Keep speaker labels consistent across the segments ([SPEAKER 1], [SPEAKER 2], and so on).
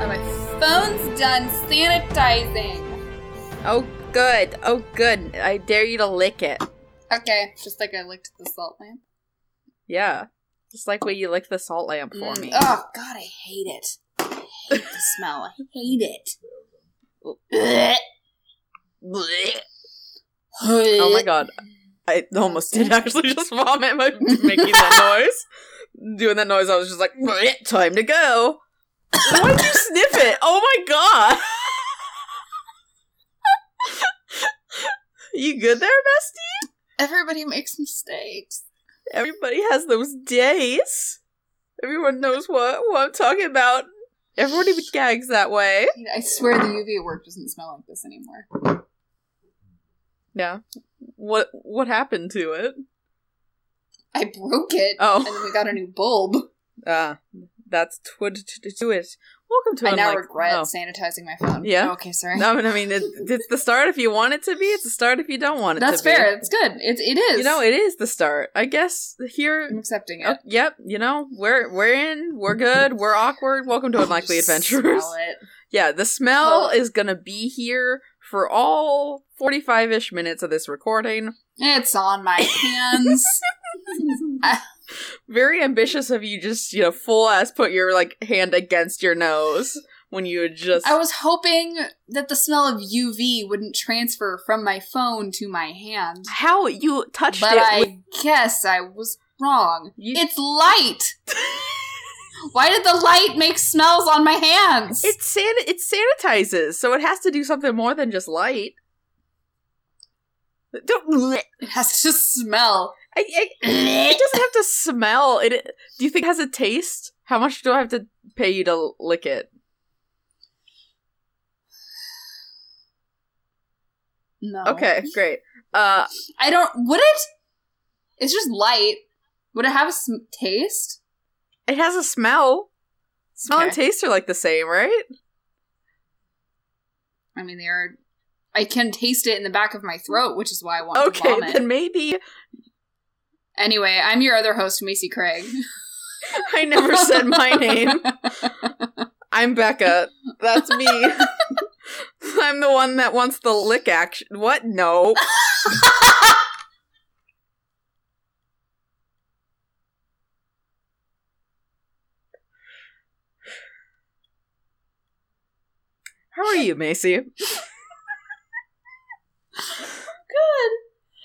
[SPEAKER 1] Oh, phone's done sanitizing.
[SPEAKER 2] Oh, good. Oh, good. I dare you to lick it.
[SPEAKER 1] Okay, just like I licked the salt lamp.
[SPEAKER 2] Yeah. Just like when you lick the salt lamp for
[SPEAKER 1] Mm.
[SPEAKER 2] me.
[SPEAKER 1] Oh god, I hate it. I hate the smell. I hate it.
[SPEAKER 2] Oh
[SPEAKER 1] Blech.
[SPEAKER 2] Blech. Oh my god. I almost did actually just vomit by making that noise. Doing that noise, I was just like, "Blech, time to go. Why'd you sniff it? Oh my god. you good there, bestie?
[SPEAKER 1] Everybody makes mistakes.
[SPEAKER 2] Everybody has those days. Everyone knows what, what I'm talking about. Everyone even gags that way.
[SPEAKER 1] I swear the UV at work doesn't smell like this anymore.
[SPEAKER 2] Yeah. What what happened to it?
[SPEAKER 1] I broke it, and
[SPEAKER 2] Oh,
[SPEAKER 1] then we got a new bulb.
[SPEAKER 2] ah, that's twid to do it. Welcome to.
[SPEAKER 1] I
[SPEAKER 2] I'm
[SPEAKER 1] now
[SPEAKER 2] like,
[SPEAKER 1] regret
[SPEAKER 2] oh.
[SPEAKER 1] sanitizing my phone.
[SPEAKER 2] Yeah.
[SPEAKER 1] Okay, sorry.
[SPEAKER 2] No, but I mean, it, it's the start if you want it to be. It's the start if you don't want it.
[SPEAKER 1] That's
[SPEAKER 2] to be.
[SPEAKER 1] fair. It's good. It, it is. Mm,
[SPEAKER 2] You know, it is the start. I guess
[SPEAKER 1] I'm
[SPEAKER 2] here.
[SPEAKER 1] accepting it.
[SPEAKER 2] Oh, yep. You know, we're we're in. We're good. We're awkward. Welcome to Oh, Unlikely
[SPEAKER 1] Just
[SPEAKER 2] Adventures.
[SPEAKER 1] smell it.
[SPEAKER 2] Yeah, the smell
[SPEAKER 1] Ugh.
[SPEAKER 2] is gonna be here for all forty-five ish minutes of this recording.
[SPEAKER 1] It's on my hands.
[SPEAKER 2] Very ambitious of you, just you know, full ass put your like hand against your nose when you would just.
[SPEAKER 1] I was hoping that the smell of UV wouldn't transfer from my phone to my hand,
[SPEAKER 2] How you touched
[SPEAKER 1] but
[SPEAKER 2] it? with-
[SPEAKER 1] I guess I was wrong.
[SPEAKER 2] You-
[SPEAKER 1] It's light. Why did the light make smells on my hands?
[SPEAKER 2] It san- it sanitizes, so it has to do something more than just light. Don't.
[SPEAKER 1] It has to smell.
[SPEAKER 2] I, I, it doesn't have to smell. It. Do you think it has a taste? How much do I have to pay you to lick it?
[SPEAKER 1] No.
[SPEAKER 2] Okay, great. Uh,
[SPEAKER 1] I don't. Would it? It's just light. Would it have a sm- taste?
[SPEAKER 2] it has a smell. Smell and
[SPEAKER 1] Okay.
[SPEAKER 2] taste are like the same, right?
[SPEAKER 1] I mean, they are. I can taste it in the back of my throat, which is why I want to
[SPEAKER 2] Okay,
[SPEAKER 1] vomit.
[SPEAKER 2] then maybe
[SPEAKER 1] Anyway, I'm your other host, Macy Craig.
[SPEAKER 2] I never said my name. I'm Becca. That's me. I'm the one that wants the lick action. What? No. How are you, Macy?
[SPEAKER 1] Good.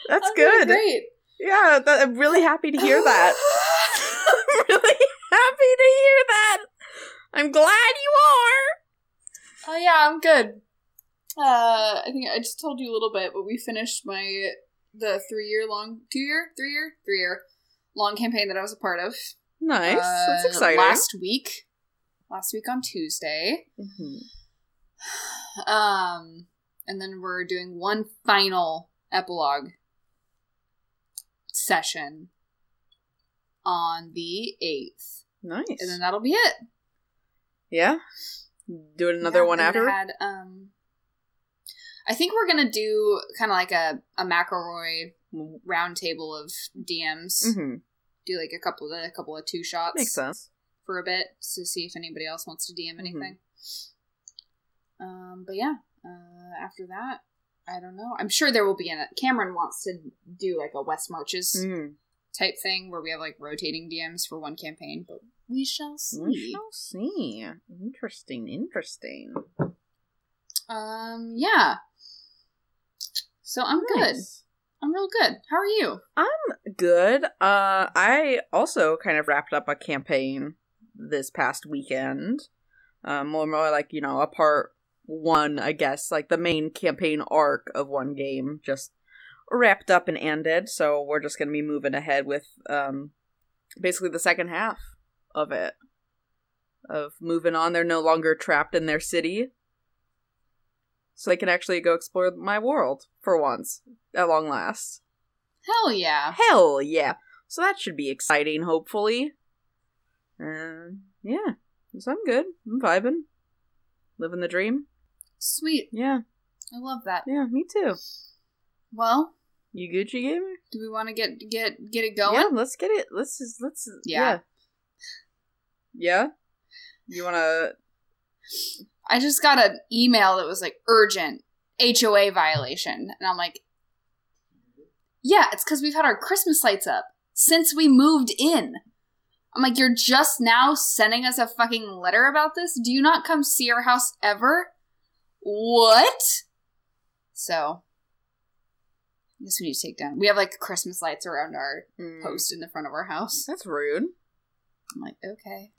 [SPEAKER 2] That's
[SPEAKER 1] I'm doing
[SPEAKER 2] good.
[SPEAKER 1] Great.
[SPEAKER 2] Yeah, that, I'm really happy to hear that. I'm really happy to hear that. I'm glad you
[SPEAKER 1] Oh yeah, I'm good. Uh, I think I just told you a little bit, but we finished my the three year long, two year, three year, three year long campaign that I was a part of.
[SPEAKER 2] are. Nice. That's
[SPEAKER 1] uh,
[SPEAKER 2] exciting.
[SPEAKER 1] Last week, last week on Tuesday,
[SPEAKER 2] Mhm.
[SPEAKER 1] um, and then we're doing one final epilogue session on the eighth,
[SPEAKER 2] Nice.
[SPEAKER 1] and then that'll be it.
[SPEAKER 2] Yeah. Do it another
[SPEAKER 1] Yeah,
[SPEAKER 2] one
[SPEAKER 1] and
[SPEAKER 2] after.
[SPEAKER 1] I had, um, I think we're gonna do kind of like a a McElroy roundtable of DMs.
[SPEAKER 2] hmm
[SPEAKER 1] Do like a couple of a couple of two shots
[SPEAKER 2] Makes sense. Mm-hmm.
[SPEAKER 1] for a bit to see if anybody else wants to DM anything. Um, but yeah, uh, after that, I don't know. I'm sure there will be an. Cameron wants to do like a West Marches
[SPEAKER 2] Mhm.
[SPEAKER 1] type thing where we have like rotating DMs for one campaign, but we shall see.
[SPEAKER 2] We shall see. Interesting. Interesting.
[SPEAKER 1] Um, yeah. So I'm good.
[SPEAKER 2] Nice.
[SPEAKER 1] I'm real good. How are you?
[SPEAKER 2] Good. Uh, I also kind of wrapped up a campaign this past weekend. Um, more, more like you know, a part one, I guess, like the main campaign arc of one game, just wrapped up and ended. So we're just gonna be moving ahead with um, basically the second half of it. Of moving on, they're no longer trapped in their city, so they can actually go explore my world for once, at long last.
[SPEAKER 1] Hell yeah.
[SPEAKER 2] Hell yeah. So that should be exciting, hopefully. Uh, yeah. So I'm good. I'm vibing. Living the dream.
[SPEAKER 1] Sweet.
[SPEAKER 2] Yeah,
[SPEAKER 1] I love that.
[SPEAKER 2] yeah, me too.
[SPEAKER 1] Well,
[SPEAKER 2] You Gucci gamer?
[SPEAKER 1] do we want to get get get it
[SPEAKER 2] Yeah,
[SPEAKER 1] going?
[SPEAKER 2] let's get it. Let's just, let's
[SPEAKER 1] Yeah.
[SPEAKER 2] yeah. Yeah? You wanna
[SPEAKER 1] I just got an email that was like urgent HOA violation. And I'm like, yeah, it's because we've had our Christmas lights up since we moved in. I'm like, you're just now sending us a fucking letter about this? Do you not come see our house ever? What? So, I guess we need to take down. We have like Christmas lights around our
[SPEAKER 2] Mm,
[SPEAKER 1] post in the front of our house.
[SPEAKER 2] That's rude.
[SPEAKER 1] I'm like, okay.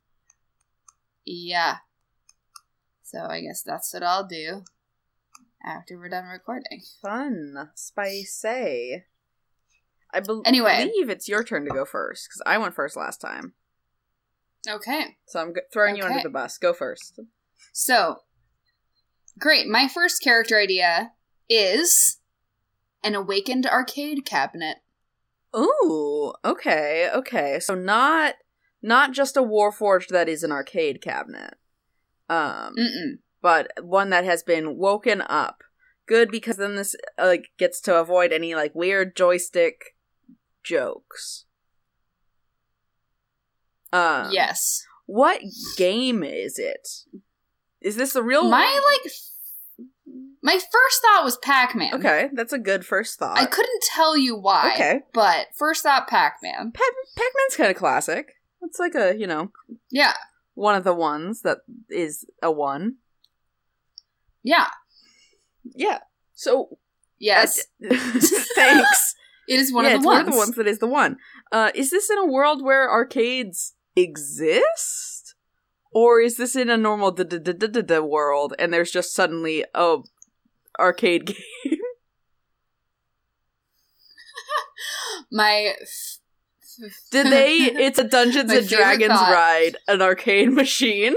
[SPEAKER 1] Yeah. So I guess that's what I'll do after we're done recording.
[SPEAKER 2] Fun. Spicy. I bel
[SPEAKER 1] Anyway.
[SPEAKER 2] believe it's your turn to go first because I went first last time.
[SPEAKER 1] Okay.
[SPEAKER 2] So I'm g- throwing you under
[SPEAKER 1] Okay.
[SPEAKER 2] the bus. Go first.
[SPEAKER 1] So, great. My first character idea is an awakened arcade cabinet.
[SPEAKER 2] Ooh, okay, okay. So not not just a Warforged that is an arcade cabinet, um,
[SPEAKER 1] Mm-mm.
[SPEAKER 2] but one that has been woken up. Good because then this uh, like gets to avoid any like weird joystick jokes. Um,
[SPEAKER 1] yes.
[SPEAKER 2] What game is it? Is this the real one?
[SPEAKER 1] My like, f- my first thought was Pac-Man.
[SPEAKER 2] Okay, that's a good first thought.
[SPEAKER 1] I couldn't tell you why.
[SPEAKER 2] Okay,
[SPEAKER 1] But first thought Pac-Man.
[SPEAKER 2] Pac- Pac-Man's kind of classic. It's like a you know
[SPEAKER 1] Yeah.
[SPEAKER 2] one of the ones that is a one.
[SPEAKER 1] Yeah.
[SPEAKER 2] Yeah. So
[SPEAKER 1] Yes.
[SPEAKER 2] thanks.
[SPEAKER 1] it is one
[SPEAKER 2] Yeah,
[SPEAKER 1] of
[SPEAKER 2] it's
[SPEAKER 1] the
[SPEAKER 2] one
[SPEAKER 1] ones.
[SPEAKER 2] of the ones that is the one. Uh, is this in a world where arcades exist, or is this in a normal da da da da da da world and there's just suddenly a arcade game?
[SPEAKER 1] My f-
[SPEAKER 2] Did they? It's a Dungeons
[SPEAKER 1] My
[SPEAKER 2] and
[SPEAKER 1] favorite
[SPEAKER 2] Dragons
[SPEAKER 1] thought.
[SPEAKER 2] ride, an arcade machine.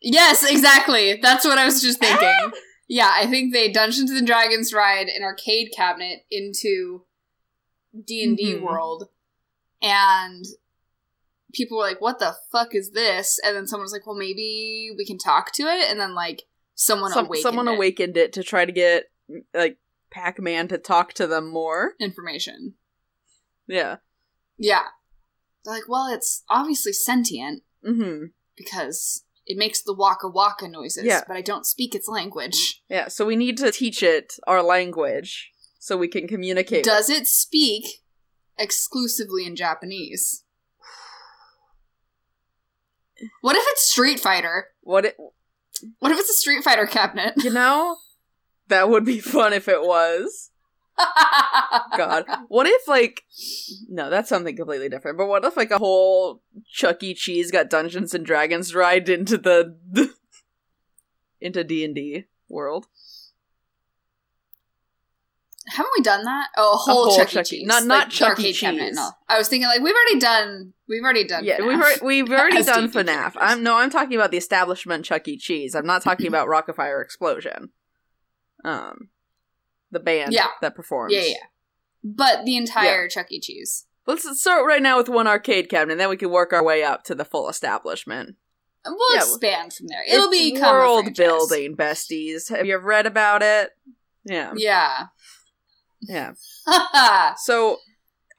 [SPEAKER 1] Yes, exactly. That's what I was
[SPEAKER 2] Ah!
[SPEAKER 1] just thinking. yeah, I think they Dungeons and Dragons ride an arcade cabinet into D and D
[SPEAKER 2] Mhm.
[SPEAKER 1] world, and people were like, "What the fuck is this?" And then someone was like, "Well, maybe we can talk to it." And then like someone
[SPEAKER 2] Some-
[SPEAKER 1] awakened
[SPEAKER 2] someone
[SPEAKER 1] it.
[SPEAKER 2] awakened it to try to get like Pac-Man to talk to them more.
[SPEAKER 1] information.
[SPEAKER 2] Yeah.
[SPEAKER 1] Yeah, they're like, "Well, it's obviously sentient
[SPEAKER 2] Mm-hmm.
[SPEAKER 1] because." It makes the waka waka noises,
[SPEAKER 2] Yeah.
[SPEAKER 1] but I don't speak its language.
[SPEAKER 2] Yeah, so we need to teach it our language so we can communicate.
[SPEAKER 1] Does it speak exclusively in Japanese? What if it's Street Fighter?
[SPEAKER 2] what it,
[SPEAKER 1] What if it's a Street Fighter cabinet?
[SPEAKER 2] you know? That would be fun if it was. God. What if like no, that's something completely different. But what if like a whole Chuck E. Cheese got Dungeons and Dragons ride into the into D and D world?
[SPEAKER 1] Haven't we done that? Oh, a whole,
[SPEAKER 2] whole
[SPEAKER 1] Chuck,
[SPEAKER 2] Chuck E.
[SPEAKER 1] E. Cheese,
[SPEAKER 2] Not- not
[SPEAKER 1] the
[SPEAKER 2] Chuck E.
[SPEAKER 1] arcade
[SPEAKER 2] Cheese.
[SPEAKER 1] no, I was thinking like we've already done. We've already done.
[SPEAKER 2] yeah,
[SPEAKER 1] FNAF.
[SPEAKER 2] we've already, we've already
[SPEAKER 1] As
[SPEAKER 2] done
[SPEAKER 1] D&D
[SPEAKER 2] FNAF.
[SPEAKER 1] characters.
[SPEAKER 2] I'm no, I'm talking about the establishment Chuck E. Cheese. I'm not talking about Rockafire Explosion. Um, the band
[SPEAKER 1] Yeah.
[SPEAKER 2] that performs.
[SPEAKER 1] yeah, yeah. But the entire Chuck E. Cheese.
[SPEAKER 2] Let's start right now with one arcade cabinet, then we can work our way up to the full establishment.
[SPEAKER 1] And
[SPEAKER 2] Yeah,
[SPEAKER 1] we'll expand from there. It'll
[SPEAKER 2] It's
[SPEAKER 1] be
[SPEAKER 2] world building, besties. Have you read about it? Yeah,
[SPEAKER 1] Yeah.
[SPEAKER 2] yeah. So,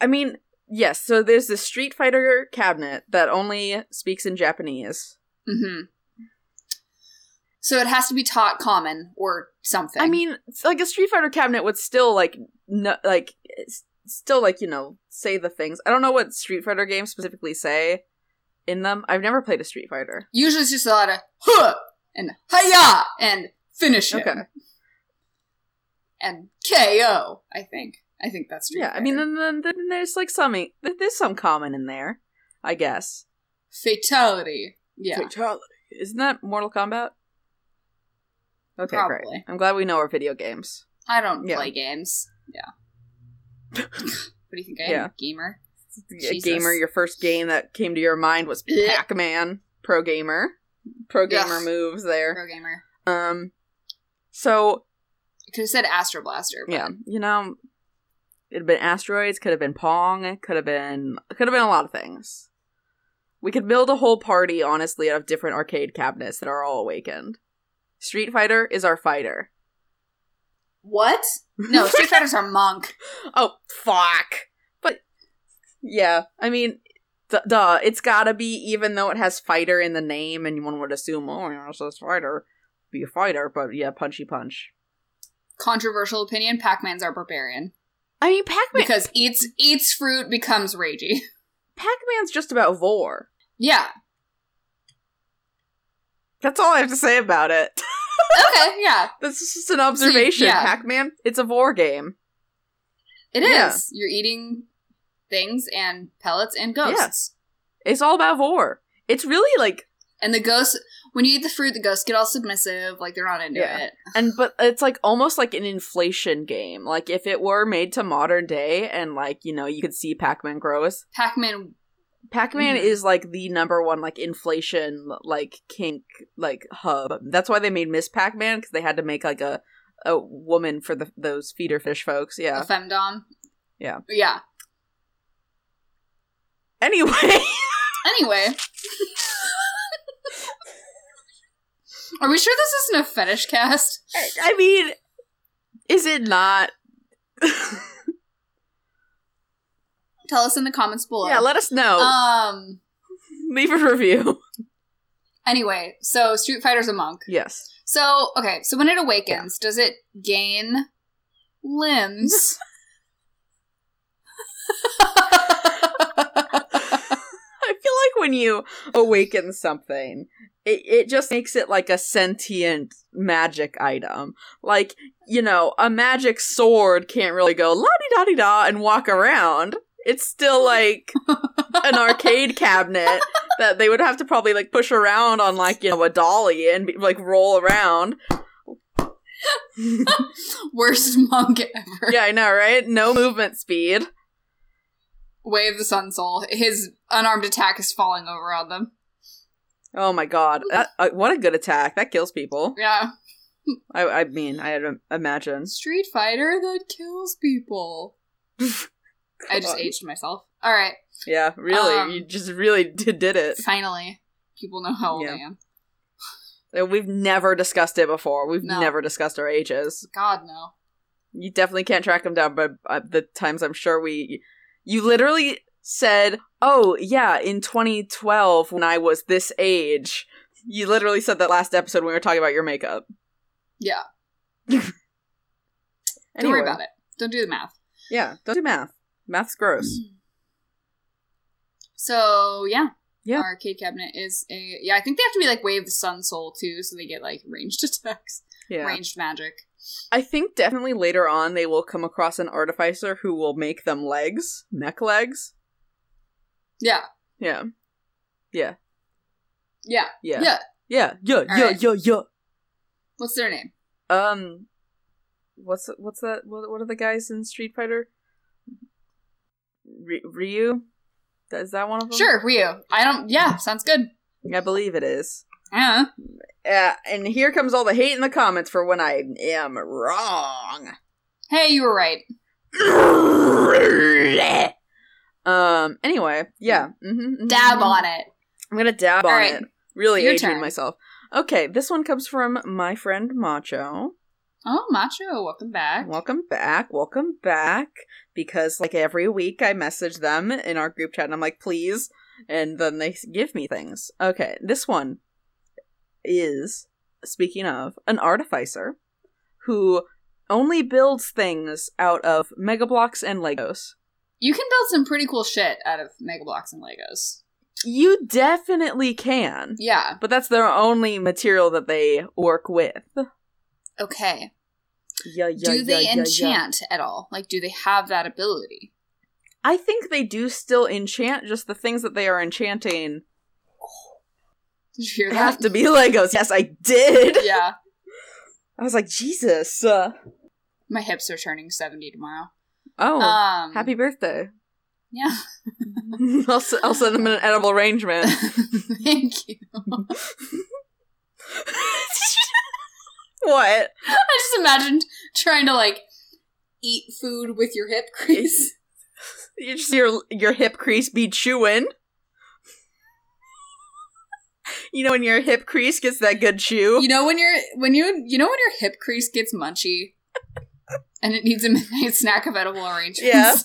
[SPEAKER 2] I mean, yes. So there's this Street Fighter cabinet that only speaks in Japanese.
[SPEAKER 1] hmm So it has to be taught common or something.
[SPEAKER 2] I mean, it's like a Street Fighter cabinet would still like, no, like, s- still like you know say the things. I don't know what Street Fighter games specifically say in them. I've never played a Street Fighter.
[SPEAKER 1] usually it's just a lot of huh and hiya and finish him
[SPEAKER 2] Okay.
[SPEAKER 1] and KO. I think. I think that's true.
[SPEAKER 2] Yeah, I mean, then, then, then there's like some e, th- there's some common in there, I guess.
[SPEAKER 1] fatality. Yeah,
[SPEAKER 2] Fatality. Isn't that Mortal Kombat? Okay, great.
[SPEAKER 1] Probably.
[SPEAKER 2] I'm glad we know our video games.
[SPEAKER 1] I don't
[SPEAKER 2] Yeah.
[SPEAKER 1] play games. Yeah. what do you think I am,
[SPEAKER 2] Yeah.
[SPEAKER 1] a gamer?
[SPEAKER 2] A
[SPEAKER 1] Jesus.
[SPEAKER 2] Gamer, your first game that came to your mind was
[SPEAKER 1] Blech.
[SPEAKER 2] Pac-Man. Pro gamer, pro gamer
[SPEAKER 1] Ugh.
[SPEAKER 2] moves there.
[SPEAKER 1] Pro gamer.
[SPEAKER 2] Um, so
[SPEAKER 1] Could have said Astro Blaster. But
[SPEAKER 2] Yeah, you know, it'd have been asteroids, could have been Pong, it could have been could have been a lot of things. We could build a whole party, honestly, out of different arcade cabinets that are all awakened. Street Fighter is our fighter.
[SPEAKER 1] What? No, Street Fighter's our monk.
[SPEAKER 2] oh fuck! But yeah, I mean, d- duh, it's gotta be. Even though it has fighter in the name, and one would assume, oh, yeah, it says fighter. be a fighter, but yeah, punchy punch.
[SPEAKER 1] Controversial opinion: Pac-Man's our barbarian
[SPEAKER 2] I mean, Pac-Man.
[SPEAKER 1] because eats eats fruit becomes ragey.
[SPEAKER 2] Pac-Man's just about vor.
[SPEAKER 1] yeah.
[SPEAKER 2] That's all I have to say about it.
[SPEAKER 1] Okay. Yeah.
[SPEAKER 2] this is just an observation.
[SPEAKER 1] yeah.
[SPEAKER 2] Pac-Man, it's a vor game.
[SPEAKER 1] It is.
[SPEAKER 2] Yeah.
[SPEAKER 1] You're eating things and pellets and ghosts.
[SPEAKER 2] It's all about vor. It's really like,
[SPEAKER 1] And the ghosts, when you eat the fruit, the ghosts get all submissive, like they're not into
[SPEAKER 2] Yeah.
[SPEAKER 1] it.
[SPEAKER 2] and but it's like almost like an inflation game. Like if it were made to modern day, and like you know, you could see Pac-Man grow as
[SPEAKER 1] Pac-Man.
[SPEAKER 2] Pac-Man
[SPEAKER 1] Mhm.
[SPEAKER 2] is like the number one like inflation like kink like hub. That's why they made Miss Pac-Man because they had to make like a a woman for the those feeder fish folks.
[SPEAKER 1] A
[SPEAKER 2] Yeah.
[SPEAKER 1] femdom.
[SPEAKER 2] Yeah.
[SPEAKER 1] Yeah.
[SPEAKER 2] Anyway,
[SPEAKER 1] Anyway. Are we sure this isn't a fetish cast?
[SPEAKER 2] I mean, is it not?
[SPEAKER 1] Tell us in the comments below.
[SPEAKER 2] yeah, let us know.
[SPEAKER 1] um.
[SPEAKER 2] Leave a review.
[SPEAKER 1] Anyway, so Street Fighter's a monk.
[SPEAKER 2] yes.
[SPEAKER 1] So okay, so when it awakens, does it gain limbs?
[SPEAKER 2] I feel like when you awaken something, it, it just makes it like a sentient magic item. Like, you know, a magic sword can't really go la di da di da and walk around. It's still like an arcade cabinet that they would have to probably like push around on like, you know, a dolly and be, like roll around.
[SPEAKER 1] Worst monk ever.
[SPEAKER 2] Yeah, I know, right? No movement speed.
[SPEAKER 1] Way of the Sun Soul. His unarmed attack is falling over on them.
[SPEAKER 2] Oh my god. That, uh, what a good attack. That kills people.
[SPEAKER 1] Yeah.
[SPEAKER 2] I, I mean, I had imagine.
[SPEAKER 1] Street Fighter that kills people. I just
[SPEAKER 2] on.
[SPEAKER 1] aged myself. All right.
[SPEAKER 2] Yeah, really.
[SPEAKER 1] Um,
[SPEAKER 2] you just really did, did it.
[SPEAKER 1] Finally, people know how old I
[SPEAKER 2] Yeah.
[SPEAKER 1] am.
[SPEAKER 2] Uh, We've never discussed it before. We've
[SPEAKER 1] No.
[SPEAKER 2] never discussed our ages.
[SPEAKER 1] God, no.
[SPEAKER 2] You definitely can't track them down, but uh, the times I'm sure we. You literally said, oh, yeah, in 2012 when I was this age. You literally said that last episode when we were talking about your makeup.
[SPEAKER 1] Yeah. Don't
[SPEAKER 2] Anyway,
[SPEAKER 1] worry about it. Don't do the math.
[SPEAKER 2] Yeah, don't do math. Math's gross.
[SPEAKER 1] Mm. So, yeah.
[SPEAKER 2] Yeah.
[SPEAKER 1] Our arcade cabinet is a. Yeah, I think they have to be like Way of the Sun Soul too, so they get like ranged attacks,
[SPEAKER 2] Yeah.
[SPEAKER 1] ranged magic.
[SPEAKER 2] I think definitely later on they will come across an artificer who will make them legs, neck legs.
[SPEAKER 1] Yeah.
[SPEAKER 2] Yeah.
[SPEAKER 1] Yeah.
[SPEAKER 2] Yeah.
[SPEAKER 1] Yeah.
[SPEAKER 2] Yeah. Yeah.
[SPEAKER 1] All
[SPEAKER 2] yeah.
[SPEAKER 1] right.
[SPEAKER 2] Yeah. Yeah.
[SPEAKER 1] What's their name?
[SPEAKER 2] Um, what's what's that? What, what are the guys in Street Fighter? Ry- Ryu, is that one of them?
[SPEAKER 1] Sure, Ryu. I don't. Yeah, sounds good.
[SPEAKER 2] I believe it is.
[SPEAKER 1] Yeah.
[SPEAKER 2] Uh, and here comes all the hate in the comments for when I am wrong.
[SPEAKER 1] Hey, you were right.
[SPEAKER 2] um. Anyway, yeah. mhm, mhm,
[SPEAKER 1] Dab
[SPEAKER 2] mhm.
[SPEAKER 1] on it.
[SPEAKER 2] I'm gonna dab
[SPEAKER 1] All
[SPEAKER 2] on
[SPEAKER 1] right.
[SPEAKER 2] it. Really
[SPEAKER 1] Your
[SPEAKER 2] aging
[SPEAKER 1] turn.
[SPEAKER 2] myself. Okay, this one comes from my friend Macho.
[SPEAKER 1] Oh, Macho, welcome back.
[SPEAKER 2] Welcome back. Welcome back. Because like every week I message them in our group chat and I'm like, please. And then they give me things. Okay, this one is, speaking of, an artificer who only builds things out of mega blocks and Legos.
[SPEAKER 1] You can build some pretty cool shit out of Mega Blocks and Legos.
[SPEAKER 2] You definitely can.
[SPEAKER 1] Yeah.
[SPEAKER 2] But that's their only material that they work with.
[SPEAKER 1] Okay.
[SPEAKER 2] Yeah, yeah,
[SPEAKER 1] do they
[SPEAKER 2] yeah, yeah, yeah.
[SPEAKER 1] enchant at all? Like, do they have that ability?
[SPEAKER 2] I think they do still enchant, just the things that they are enchanting
[SPEAKER 1] Did you hear that?
[SPEAKER 2] have to be Legos. Yes, I did.
[SPEAKER 1] yeah.
[SPEAKER 2] I was like, Jesus. Uh,
[SPEAKER 1] My hips are turning 70 tomorrow.
[SPEAKER 2] oh,
[SPEAKER 1] um,
[SPEAKER 2] happy birthday.
[SPEAKER 1] Yeah.
[SPEAKER 2] I'll, s- I'll send them an edible arrangement.
[SPEAKER 1] Thank you.
[SPEAKER 2] what?
[SPEAKER 1] I just imagined trying to, like, eat food with your hip crease.
[SPEAKER 2] You just your your hip crease be chewing. You know when your hip crease gets that good chew?
[SPEAKER 1] You know when you're when you you know when your hip crease gets munchy and it needs a midnight snack of edible arrangements.
[SPEAKER 2] Yeah.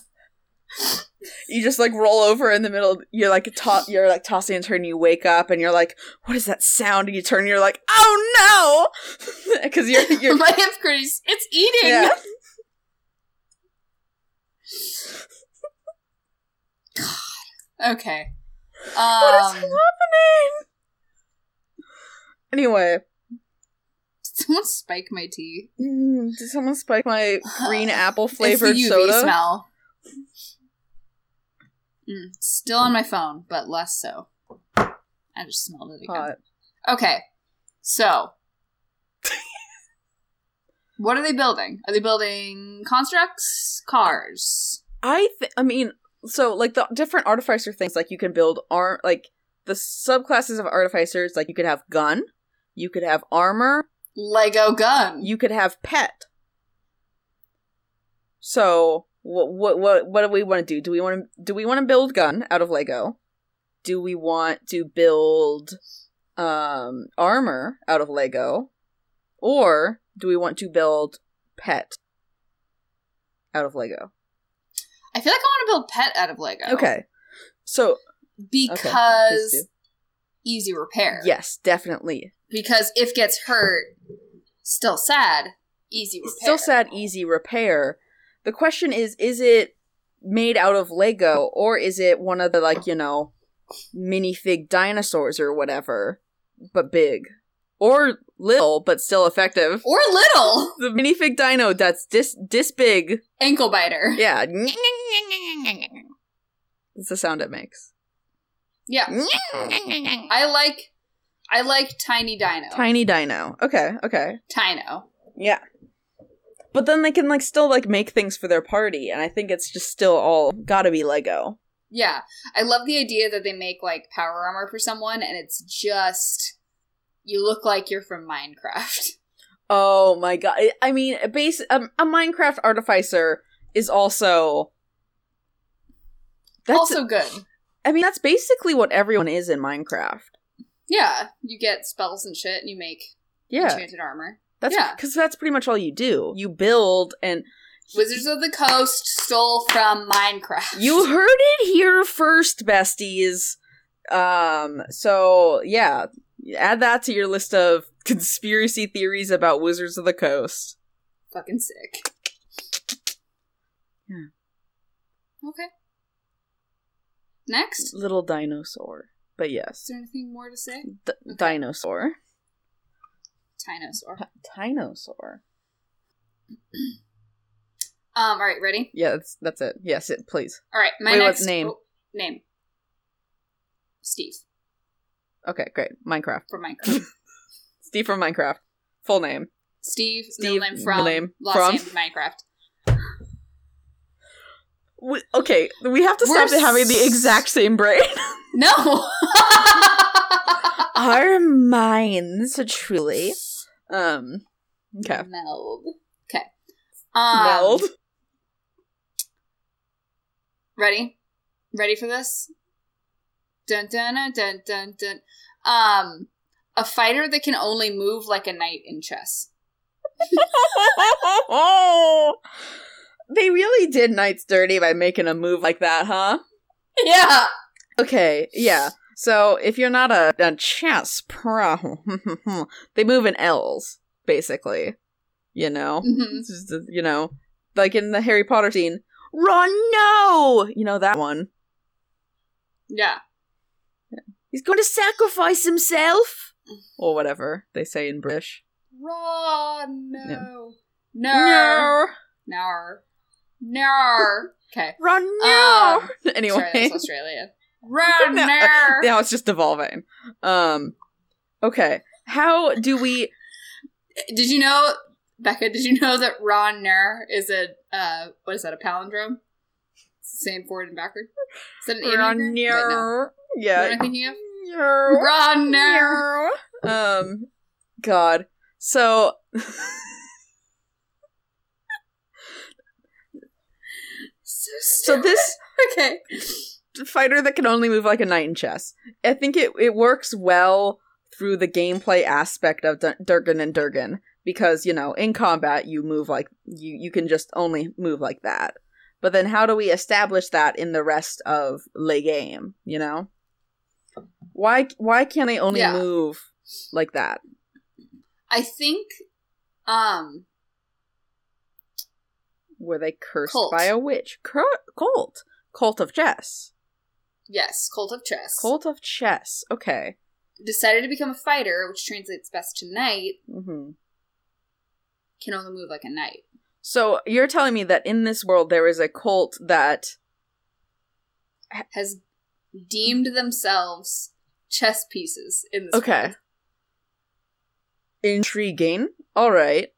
[SPEAKER 2] you just like roll over in the middle. You're like to- you're like tossing and turning. You wake up and you're like, "What is that sound?" And you turn. And you're like, "Oh no!" Because you're you're
[SPEAKER 1] My hip crease. It's eating.
[SPEAKER 2] yeah.
[SPEAKER 1] Okay. Um,
[SPEAKER 2] what is happening? Anyway,
[SPEAKER 1] Did someone spike my tea?
[SPEAKER 2] mm, did someone spike my green apple flavored
[SPEAKER 1] it's the UV
[SPEAKER 2] soda?
[SPEAKER 1] smell. Mm, still on my phone, but less so. I just smelled it again.
[SPEAKER 2] Hot.
[SPEAKER 1] Okay, so what are they building? Are they building constructs, cars?
[SPEAKER 2] I th- I mean, so like the different artificers things like you can build arm like the subclasses of artificers like you could have gun, you could have armor,
[SPEAKER 1] Lego gun.
[SPEAKER 2] you could have pet. So what what what what do we want to do? Do we want to do we want to build gun out of Lego? Do we want to build um armor out of Lego? Or do we want to build pet out of Lego?
[SPEAKER 1] I feel like I want to build pet out of Lego.
[SPEAKER 2] Okay. So
[SPEAKER 1] because
[SPEAKER 2] please
[SPEAKER 1] easy repair.
[SPEAKER 2] Yes, definitely.
[SPEAKER 1] Because if gets hurt, still sad. Easy repair.
[SPEAKER 2] Still sad, easy repair. The question is is it made out of Lego or is it one of the, like, you know, minifig dinosaurs or whatever, but big? Or little, but still effective.
[SPEAKER 1] Or little
[SPEAKER 2] The minifig dino that's dis, dis big.
[SPEAKER 1] ankle biter.
[SPEAKER 2] Yeah. That's the sound it makes.
[SPEAKER 1] Yeah. I like I like Tiny Dino.
[SPEAKER 2] Tiny dino. Okay, okay.
[SPEAKER 1] Tino.
[SPEAKER 2] Yeah. But then they can like still like make things for their party, and I think it's just still all gotta be Lego.
[SPEAKER 1] Yeah. I love the idea that they make like power armor for someone and it's just you look like you're from Minecraft.
[SPEAKER 2] Oh my god! I- I mean, a base um, a Minecraft artificer is also. That's.
[SPEAKER 1] also good.
[SPEAKER 2] I mean, that's basically what everyone is in Minecraft.
[SPEAKER 1] Yeah. You get spells and shit and you make
[SPEAKER 2] Yeah,
[SPEAKER 1] enchanted armor.
[SPEAKER 2] that's
[SPEAKER 1] yeah.
[SPEAKER 2] because that's pretty much all you do. You build, and
[SPEAKER 1] Wizards of the Coast stole from Minecraft.
[SPEAKER 2] you heard it here first, besties. Um. So yeah, add that to your list of conspiracy theories about Wizards of the Coast.
[SPEAKER 1] fucking sick.
[SPEAKER 2] Yeah.
[SPEAKER 1] Okay. Next, is
[SPEAKER 2] little dinosaur. But yes,
[SPEAKER 1] there anything more to say?
[SPEAKER 2] D- dinosaur,
[SPEAKER 1] Tinosaur.
[SPEAKER 2] T- dinosaur.
[SPEAKER 1] Um. All right, ready?
[SPEAKER 2] Yeah, that's that's it. Yes, it please.
[SPEAKER 1] All right, my
[SPEAKER 2] Wait, what's
[SPEAKER 1] next
[SPEAKER 2] name?
[SPEAKER 1] oh, name. Steve
[SPEAKER 2] Okay, great. Minecraft.
[SPEAKER 1] from Minecraft.
[SPEAKER 2] Steve from Minecraft. Full name.
[SPEAKER 1] Steve,
[SPEAKER 2] Steve,
[SPEAKER 1] middle name from
[SPEAKER 2] middle name
[SPEAKER 1] last
[SPEAKER 2] from?
[SPEAKER 1] name Minecraft.
[SPEAKER 2] We, okay, we have to
[SPEAKER 1] We're
[SPEAKER 2] stop having the
[SPEAKER 1] s-
[SPEAKER 2] exact same brain.
[SPEAKER 1] No.
[SPEAKER 2] Our minds, truly. Um. Okay.
[SPEAKER 1] Meld. Okay. Um,
[SPEAKER 2] Meld.
[SPEAKER 1] Ready? Ready for this? Dun dun dun dun dun dun. Um, a fighter that can only move like a knight in chess.
[SPEAKER 2] oh, they really did knights dirty by making a move like that, huh?
[SPEAKER 1] Yeah.
[SPEAKER 2] Okay, yeah. So if you're not a, a chess pro, they move in L's, basically. You know?
[SPEAKER 1] hmm
[SPEAKER 2] It's just, uh, you know, like in the Harry Potter scene, run, no! You know, that one.
[SPEAKER 1] Yeah.
[SPEAKER 2] He's going to sacrifice himself! Or whatever they say in British.
[SPEAKER 1] Raw. No. No.
[SPEAKER 2] No!
[SPEAKER 1] No. No. Okay.
[SPEAKER 2] Run, no!
[SPEAKER 1] Um, Sorry,
[SPEAKER 2] anyway.
[SPEAKER 1] that's Australia. Raw.
[SPEAKER 2] No.
[SPEAKER 1] No.
[SPEAKER 2] Now it's just evolving. Um, okay. How do we.
[SPEAKER 1] Did you know, Becca? Did you know that raw ner is a uh, what is that? A palindrome? It's the same forward and backward. Is that an anagram? Wait, no.
[SPEAKER 2] Yeah.
[SPEAKER 1] What am I thinking of?
[SPEAKER 2] Yer.
[SPEAKER 1] Runner.
[SPEAKER 2] Um, God. So,
[SPEAKER 1] So,
[SPEAKER 2] so this
[SPEAKER 1] okay.
[SPEAKER 2] fighter that can only move like a knight in chess. I think it it works well through the gameplay aspect of Dur- Durgan and Durgan because you know in combat you move like you you can just only move like that. But then how do we establish that in the rest of the game, you know? Why why can't I only
[SPEAKER 1] Yeah.
[SPEAKER 2] move like that?
[SPEAKER 1] I think um
[SPEAKER 2] Were they cursed
[SPEAKER 1] Cult.
[SPEAKER 2] by a witch? Cur- cult. Cult of chess.
[SPEAKER 1] yes, Cult of Chess.
[SPEAKER 2] Cult of chess. Okay.
[SPEAKER 1] Decided to become a fighter, which translates best to knight,
[SPEAKER 2] hmm
[SPEAKER 1] can only move like a knight.
[SPEAKER 2] So you're telling me that in this world there is a cult that
[SPEAKER 1] Has deemed themselves chess pieces in this
[SPEAKER 2] Okay.
[SPEAKER 1] world.
[SPEAKER 2] intriguing. All right.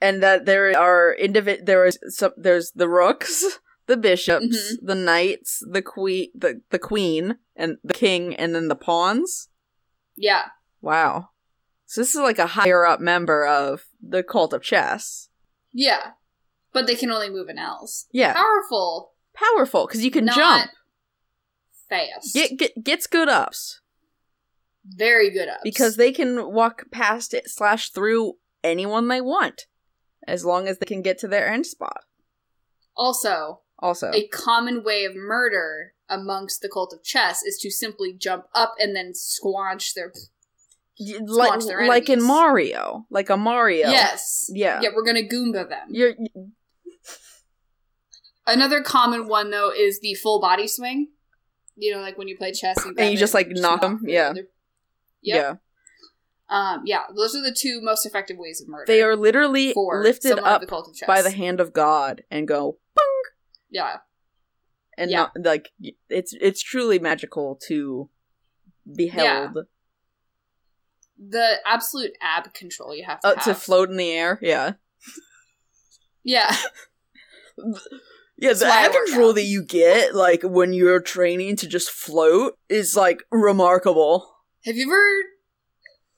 [SPEAKER 2] And that there are individ there is some there's the rooks, the bishops,
[SPEAKER 1] Mhm.
[SPEAKER 2] the knights, the queen, the, the queen and the king and then the pawns.
[SPEAKER 1] Yeah.
[SPEAKER 2] Wow. So this is like a higher up member of the cult of chess.
[SPEAKER 1] Yeah. But they can only move in L's.
[SPEAKER 2] Yeah.
[SPEAKER 1] Powerful.
[SPEAKER 2] Powerful cuz you can
[SPEAKER 1] not
[SPEAKER 2] jump.
[SPEAKER 1] Fast.
[SPEAKER 2] Get, get gets good ups
[SPEAKER 1] Very good ups.
[SPEAKER 2] because they can walk past it slash through anyone they want as long as they can get to their end spot.
[SPEAKER 1] also
[SPEAKER 2] Also,
[SPEAKER 1] a common way of murder amongst the cult of chess is to simply jump up and then squanch their
[SPEAKER 2] Y- like
[SPEAKER 1] Squash their
[SPEAKER 2] like in
[SPEAKER 1] enemies.
[SPEAKER 2] Mario, like a Mario.
[SPEAKER 1] Yes.
[SPEAKER 2] Yeah.
[SPEAKER 1] Yeah, we're gonna Goomba them.
[SPEAKER 2] You're
[SPEAKER 1] Another common one though is the full body swing. You know, like when you play chess and, grab
[SPEAKER 2] you
[SPEAKER 1] it
[SPEAKER 2] just, like, knock 'em?
[SPEAKER 1] their-
[SPEAKER 2] Yeah.
[SPEAKER 1] their- yep.
[SPEAKER 2] yeah.
[SPEAKER 1] Yeah. Um, yeah. Those are the two most effective ways of murder.
[SPEAKER 2] They are literally
[SPEAKER 1] for
[SPEAKER 2] lifted
[SPEAKER 1] someone of
[SPEAKER 2] up
[SPEAKER 1] the cult of chess.
[SPEAKER 2] by the hand of God and go
[SPEAKER 1] yeah.
[SPEAKER 2] and
[SPEAKER 1] Yeah.
[SPEAKER 2] not like y- it's it's truly magical to beheld
[SPEAKER 1] the absolute ab control you have to
[SPEAKER 2] uh,
[SPEAKER 1] have.
[SPEAKER 2] to float in the air. Yeah.
[SPEAKER 1] Yeah,
[SPEAKER 2] Yeah,
[SPEAKER 1] That's
[SPEAKER 2] the
[SPEAKER 1] why I
[SPEAKER 2] air
[SPEAKER 1] work
[SPEAKER 2] control
[SPEAKER 1] out.
[SPEAKER 2] that you get like when you're training to just float is like remarkable.
[SPEAKER 1] have you ever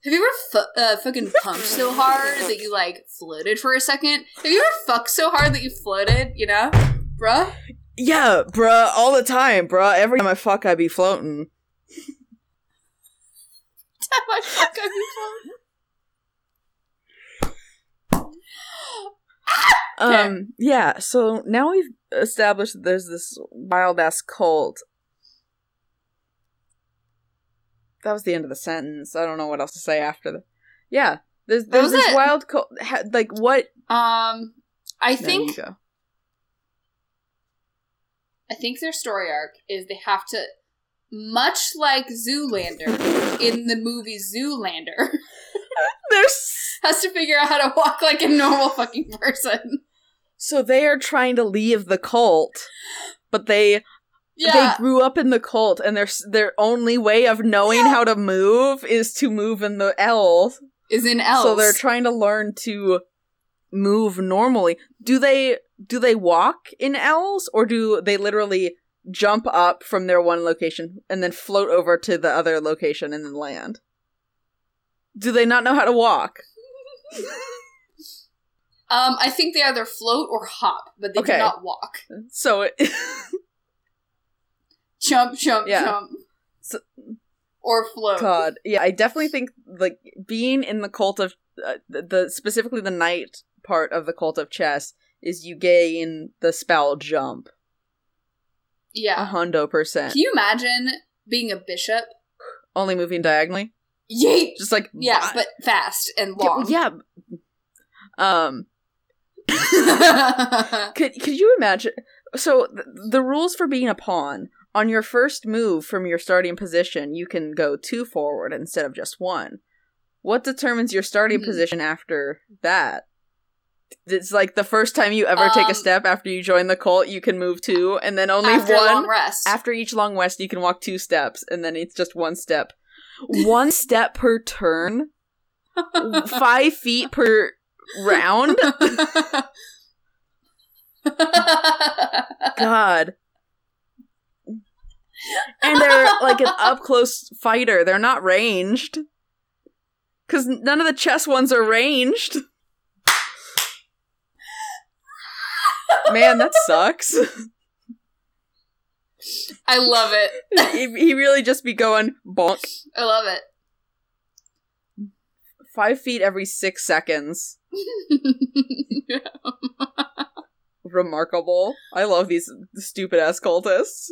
[SPEAKER 1] have you ever fu- uh, fucking pumped so hard that you like floated for a second? Have you ever fucked so hard that you floated? You know, bruh.
[SPEAKER 2] Yeah, bruh, all the time, bruh. Every time I fuck, I be floating.
[SPEAKER 1] My fuck, I've been Yeah.
[SPEAKER 2] Um, yeah, so now we've established that there's this wild ass cult. That was the end of the sentence. I don't know what else to say after the. Yeah, there's there's
[SPEAKER 1] was
[SPEAKER 2] this
[SPEAKER 1] it.
[SPEAKER 2] wild cult. Ha- like what?
[SPEAKER 1] floated. Um, I
[SPEAKER 2] No,
[SPEAKER 1] think
[SPEAKER 2] you go.
[SPEAKER 1] I think their story arc is they have to, much like Zoolander in the movie Zoolander,
[SPEAKER 2] there's
[SPEAKER 1] has to figure out how to walk like a normal fucking person.
[SPEAKER 2] so they are trying to leave the cult, but they
[SPEAKER 1] Yeah,
[SPEAKER 2] they grew up in the cult, and their s- their only way of knowing how to move is to move in the L
[SPEAKER 1] is in L's.
[SPEAKER 2] So they're trying to learn to move normally. Do they do they walk in L's or do they literally jump up from their one location and then float over to the other location and then land? Do they not know how to walk?
[SPEAKER 1] Um, I think they either float or hop, but they
[SPEAKER 2] Okay.
[SPEAKER 1] do not walk.
[SPEAKER 2] So it,
[SPEAKER 1] Jump, jump,
[SPEAKER 2] Yeah.
[SPEAKER 1] jump.
[SPEAKER 2] So-
[SPEAKER 1] or float.
[SPEAKER 2] God, yeah, I definitely think like being in the cult of uh, the, the specifically the knight part of the cult of chess is you gain the spell jump a
[SPEAKER 1] Yeah.
[SPEAKER 2] hundo percent.
[SPEAKER 1] Can you imagine being a bishop?
[SPEAKER 2] Only moving diagonally.
[SPEAKER 1] Yeet!
[SPEAKER 2] just like
[SPEAKER 1] Yeah,
[SPEAKER 2] blah.
[SPEAKER 1] but fast and
[SPEAKER 2] Yeah,
[SPEAKER 1] long.
[SPEAKER 2] yeah. Um,
[SPEAKER 1] Yeah.
[SPEAKER 2] could could you imagine? So th- the rules for being a pawn on your first move from your starting position, you can go two forward instead of just one. What determines your starting
[SPEAKER 1] Mhm.
[SPEAKER 2] position after that? It's like the first time you ever take a
[SPEAKER 1] Um,
[SPEAKER 2] step after you join the cult, you can move two, and then only
[SPEAKER 1] After a
[SPEAKER 2] one
[SPEAKER 1] long rest.
[SPEAKER 2] after each long west, you can walk two steps, and then it's just one step. One step per turn? Five feet per round? God. And they're like an up close fighter. They're not ranged. Because none of the chess ones are ranged. Man, that sucks.
[SPEAKER 1] I love it.
[SPEAKER 2] he, he really just be going bonk
[SPEAKER 1] I love it.
[SPEAKER 2] five feet every six seconds. remarkable. I love these stupid ass cultists.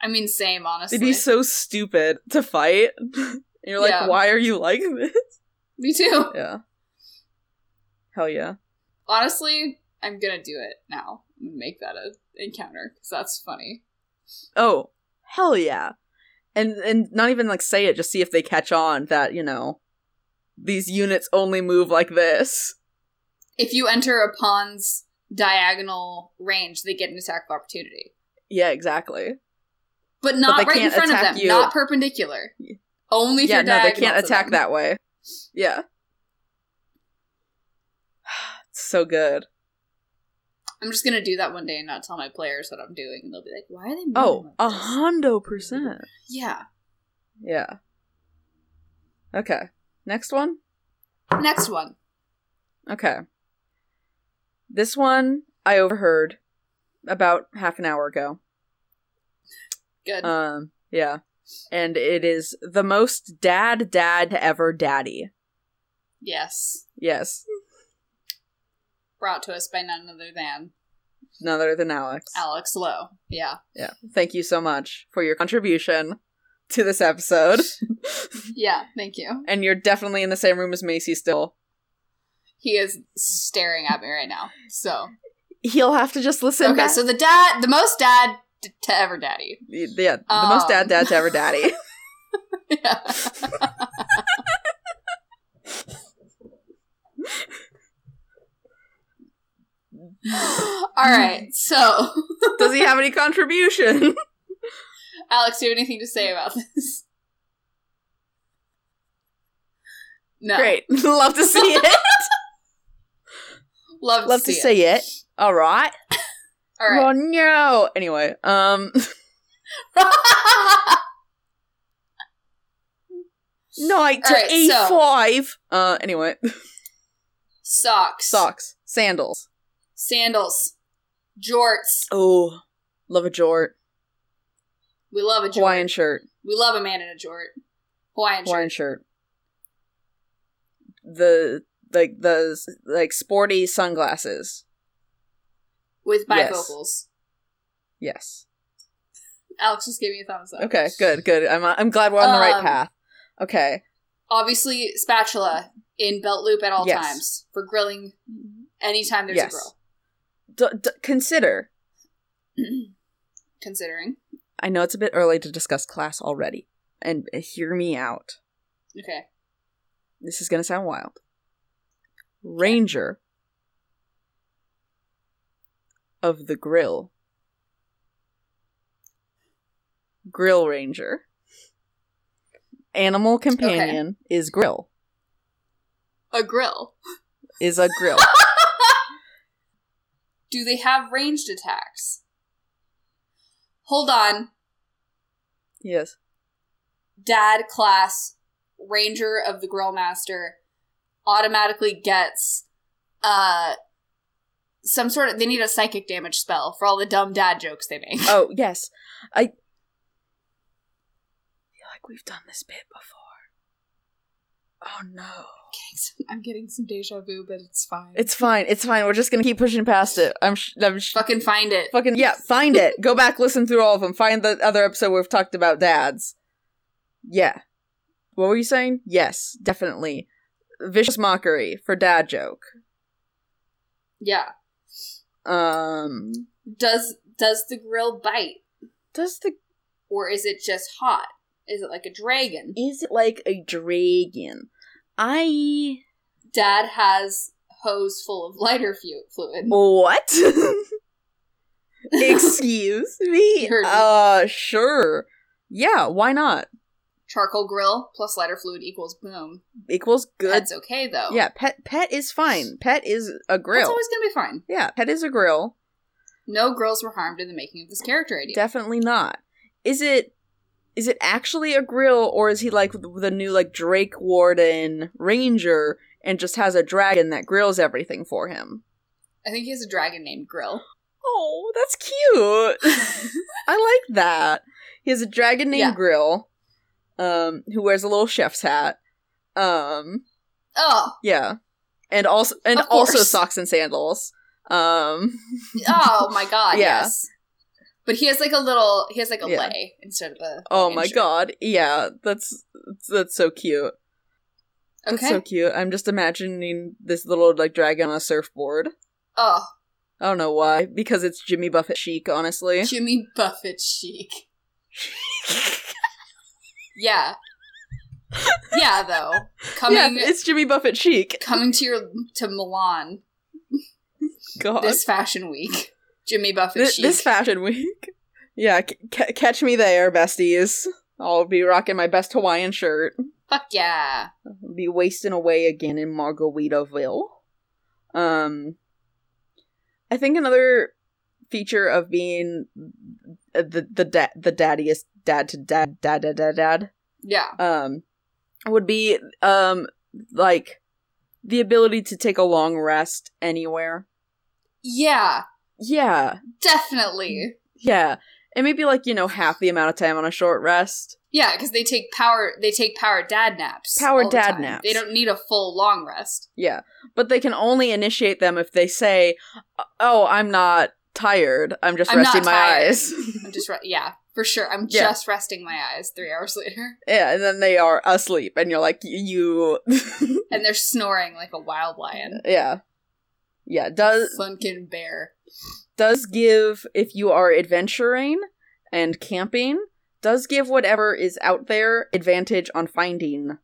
[SPEAKER 1] I mean, same, honestly.
[SPEAKER 2] They'd be so stupid to fight. And you're like,
[SPEAKER 1] Yeah.
[SPEAKER 2] why are you like this?
[SPEAKER 1] Me too.
[SPEAKER 2] Yeah. Hell yeah.
[SPEAKER 1] Honestly, I'm gonna do it now. I'm gonna Make that a encounter because that's funny.
[SPEAKER 2] Oh, hell yeah. And and not even like say it, just see if they catch on that, you know, these units only move like this.
[SPEAKER 1] If you enter a pawn's diagonal range, they get an attack of opportunity,
[SPEAKER 2] Yeah, exactly.
[SPEAKER 1] but not
[SPEAKER 2] they
[SPEAKER 1] right in
[SPEAKER 2] can't
[SPEAKER 1] front of
[SPEAKER 2] attack
[SPEAKER 1] them,
[SPEAKER 2] you.
[SPEAKER 1] not perpendicular.
[SPEAKER 2] Y-
[SPEAKER 1] Only if
[SPEAKER 2] yeah,
[SPEAKER 1] you're
[SPEAKER 2] no, they
[SPEAKER 1] diagonal
[SPEAKER 2] can't
[SPEAKER 1] to
[SPEAKER 2] attack
[SPEAKER 1] them.
[SPEAKER 2] that way. Yeah. It's so good.
[SPEAKER 1] I'm just gonna do that one day and not tell my players what I'm doing, and they'll be like, "Why are they?" moving
[SPEAKER 2] Oh,
[SPEAKER 1] like
[SPEAKER 2] a
[SPEAKER 1] this?"
[SPEAKER 2] hundo percent.
[SPEAKER 1] Yeah.
[SPEAKER 2] Yeah. Okay. Next one?
[SPEAKER 1] Next one.
[SPEAKER 2] Okay. This one I overheard about half an hour ago.
[SPEAKER 1] Good.
[SPEAKER 2] Um, yeah. And it is the most dad dad ever daddy.
[SPEAKER 1] yes.
[SPEAKER 2] Yes.
[SPEAKER 1] Brought to us by none other than
[SPEAKER 2] None other than Alex.
[SPEAKER 1] Alex Lowe. Yeah.
[SPEAKER 2] Yeah. Thank you so much for your contribution to this episode.
[SPEAKER 1] Yeah. Thank you.
[SPEAKER 2] and you're definitely in the same room as Macy still.
[SPEAKER 1] He is staring at me right now. So
[SPEAKER 2] He'll have to just listen.
[SPEAKER 1] okay.
[SPEAKER 2] back.
[SPEAKER 1] So the dad, the most dad d- to ever daddy.
[SPEAKER 2] yeah, the most dad
[SPEAKER 1] Um.
[SPEAKER 2] dad ever daddy.
[SPEAKER 1] Yeah. All right. So
[SPEAKER 2] Does he have any contribution?
[SPEAKER 1] Alex, do you have anything to say about this? No.
[SPEAKER 2] Great. Love to see it.
[SPEAKER 1] Love to
[SPEAKER 2] Love
[SPEAKER 1] see
[SPEAKER 2] to
[SPEAKER 1] it.
[SPEAKER 2] see it. All right.
[SPEAKER 1] All right.
[SPEAKER 2] Well, no. Anyway, um, night to
[SPEAKER 1] All right,
[SPEAKER 2] E
[SPEAKER 1] so-
[SPEAKER 2] five. Uh, anyway,
[SPEAKER 1] Socks.
[SPEAKER 2] socks, sandals.
[SPEAKER 1] Sandals. Jorts.
[SPEAKER 2] Oh, love a jort.
[SPEAKER 1] We love a jort.
[SPEAKER 2] Hawaiian shirt.
[SPEAKER 1] We love a man in a jort. Hawaiian shirt.
[SPEAKER 2] Hawaiian shirt. The like the like sporty sunglasses.
[SPEAKER 1] With
[SPEAKER 2] Yes.
[SPEAKER 1] bifocals.
[SPEAKER 2] Yes.
[SPEAKER 1] Alex just gave me a thumbs up.
[SPEAKER 2] Okay. Good. Good. I'm I'm glad we're on the right
[SPEAKER 1] Um,
[SPEAKER 2] path. Okay.
[SPEAKER 1] Obviously, spatula in belt loop at all
[SPEAKER 2] Yes.
[SPEAKER 1] times for grilling anytime there's
[SPEAKER 2] Yes.
[SPEAKER 1] a grill.
[SPEAKER 2] D- d- consider.
[SPEAKER 1] Considering.
[SPEAKER 2] I know it's a bit early to discuss class already, and uh, hear me out.
[SPEAKER 1] Okay.
[SPEAKER 2] This is gonna sound wild. Ranger of the grill. Grill Ranger. Animal companion is grill.
[SPEAKER 1] A grill.
[SPEAKER 2] Is a grill.
[SPEAKER 1] Do they have ranged attacks? Hold on.
[SPEAKER 2] yes.
[SPEAKER 1] Dad class ranger of the grill master automatically gets uh some sort of they need a psychic damage spell for all the dumb dad jokes they make.
[SPEAKER 2] Oh, yes. I feel like we've done this bit before. Oh no.
[SPEAKER 1] I'm getting some deja vu, but it's fine.
[SPEAKER 2] It's fine. It's fine. We're just going to keep pushing past it. I'm sh- I'm sh-
[SPEAKER 1] fucking find it.
[SPEAKER 2] Fucking yeah, find it. Go back, listen through all of them. Find the other episode we've talked about dads. Yeah. What were you saying? Yes, definitely. Vicious mockery for dad joke.
[SPEAKER 1] Yeah.
[SPEAKER 2] Um
[SPEAKER 1] Does does the grill bite
[SPEAKER 2] does the
[SPEAKER 1] or is it just hot? Is it like a dragon?
[SPEAKER 2] is it like a dragon? I
[SPEAKER 1] Dad has hose full of lighter fu- fluid.
[SPEAKER 2] what? Excuse me.
[SPEAKER 1] You heard me.
[SPEAKER 2] Uh sure. Yeah, why not?
[SPEAKER 1] charcoal grill plus lighter fluid equals boom.
[SPEAKER 2] Equals good.
[SPEAKER 1] That's okay though.
[SPEAKER 2] Yeah, pet pet is fine. Pet is a
[SPEAKER 1] That's
[SPEAKER 2] grill.
[SPEAKER 1] always gonna be fine.
[SPEAKER 2] yeah, pet is a grill.
[SPEAKER 1] No girls were harmed in the making of this character idea.
[SPEAKER 2] Definitely not. Is it is it actually a grill or is he like th- the new like Drake Warden ranger and just has a dragon that grills everything for him?
[SPEAKER 1] I think he has a dragon named Grill.
[SPEAKER 2] Oh, that's cute. I like that. He has a dragon named
[SPEAKER 1] Yeah.
[SPEAKER 2] Grill um who wears a little chef's hat. Um
[SPEAKER 1] Oh,
[SPEAKER 2] yeah. And also and
[SPEAKER 1] Of
[SPEAKER 2] also
[SPEAKER 1] course.
[SPEAKER 2] socks and sandals. Um,
[SPEAKER 1] oh my god,
[SPEAKER 2] Yeah.
[SPEAKER 1] yes. But he has like a little, he has like a
[SPEAKER 2] Yeah.
[SPEAKER 1] lei instead of a.
[SPEAKER 2] oh
[SPEAKER 1] long
[SPEAKER 2] my
[SPEAKER 1] shirt.
[SPEAKER 2] god, yeah, that's that's so cute. That's
[SPEAKER 1] Okay.
[SPEAKER 2] so cute. I'm just imagining this little like dragon on a surfboard.
[SPEAKER 1] oh,
[SPEAKER 2] I don't know why, because it's Jimmy Buffett chic, honestly.
[SPEAKER 1] Jimmy Buffett chic. Yeah. Yeah, though.
[SPEAKER 2] yeah,
[SPEAKER 1] Coming
[SPEAKER 2] it's Jimmy Buffett chic.
[SPEAKER 1] coming to your to Milan
[SPEAKER 2] God,
[SPEAKER 1] this fashion week. Jimmy Buffett
[SPEAKER 2] Thi-
[SPEAKER 1] chic.
[SPEAKER 2] Oh, this fashion week. Yeah, c- ca- catch me there, besties. I'll be rocking my best Hawaiian shirt.
[SPEAKER 1] Fuck yeah.
[SPEAKER 2] Be wasting away again in Margaritaville. Um, I think another feature of being uh, the the da- the daddiest dad to dad dad dad dad dad
[SPEAKER 1] Yeah.
[SPEAKER 2] um would be um like the ability to take a long rest anywhere.
[SPEAKER 1] Yeah,
[SPEAKER 2] Yeah,
[SPEAKER 1] definitely.
[SPEAKER 2] Yeah. And maybe like, you know, half the amount of time on a short rest.
[SPEAKER 1] Yeah, because they take power they take power dad naps.
[SPEAKER 2] Power
[SPEAKER 1] all the
[SPEAKER 2] dad
[SPEAKER 1] time.
[SPEAKER 2] naps.
[SPEAKER 1] They don't need a full long rest.
[SPEAKER 2] Yeah. But they can only initiate them if they say, "Oh, I'm not tired. I'm just
[SPEAKER 1] I'm
[SPEAKER 2] resting
[SPEAKER 1] not
[SPEAKER 2] my
[SPEAKER 1] tired."
[SPEAKER 2] eyes."
[SPEAKER 1] I'm just re- yeah, for sure. I'm
[SPEAKER 2] Yeah.
[SPEAKER 1] just resting my eyes three hours later.
[SPEAKER 2] yeah, and then they are asleep and you're like, "You
[SPEAKER 1] And they're snoring like a wild lion.
[SPEAKER 2] Yeah. Yeah, does
[SPEAKER 1] Sunken bear.
[SPEAKER 2] does give if you are adventuring and camping, does give whatever is out there advantage on finding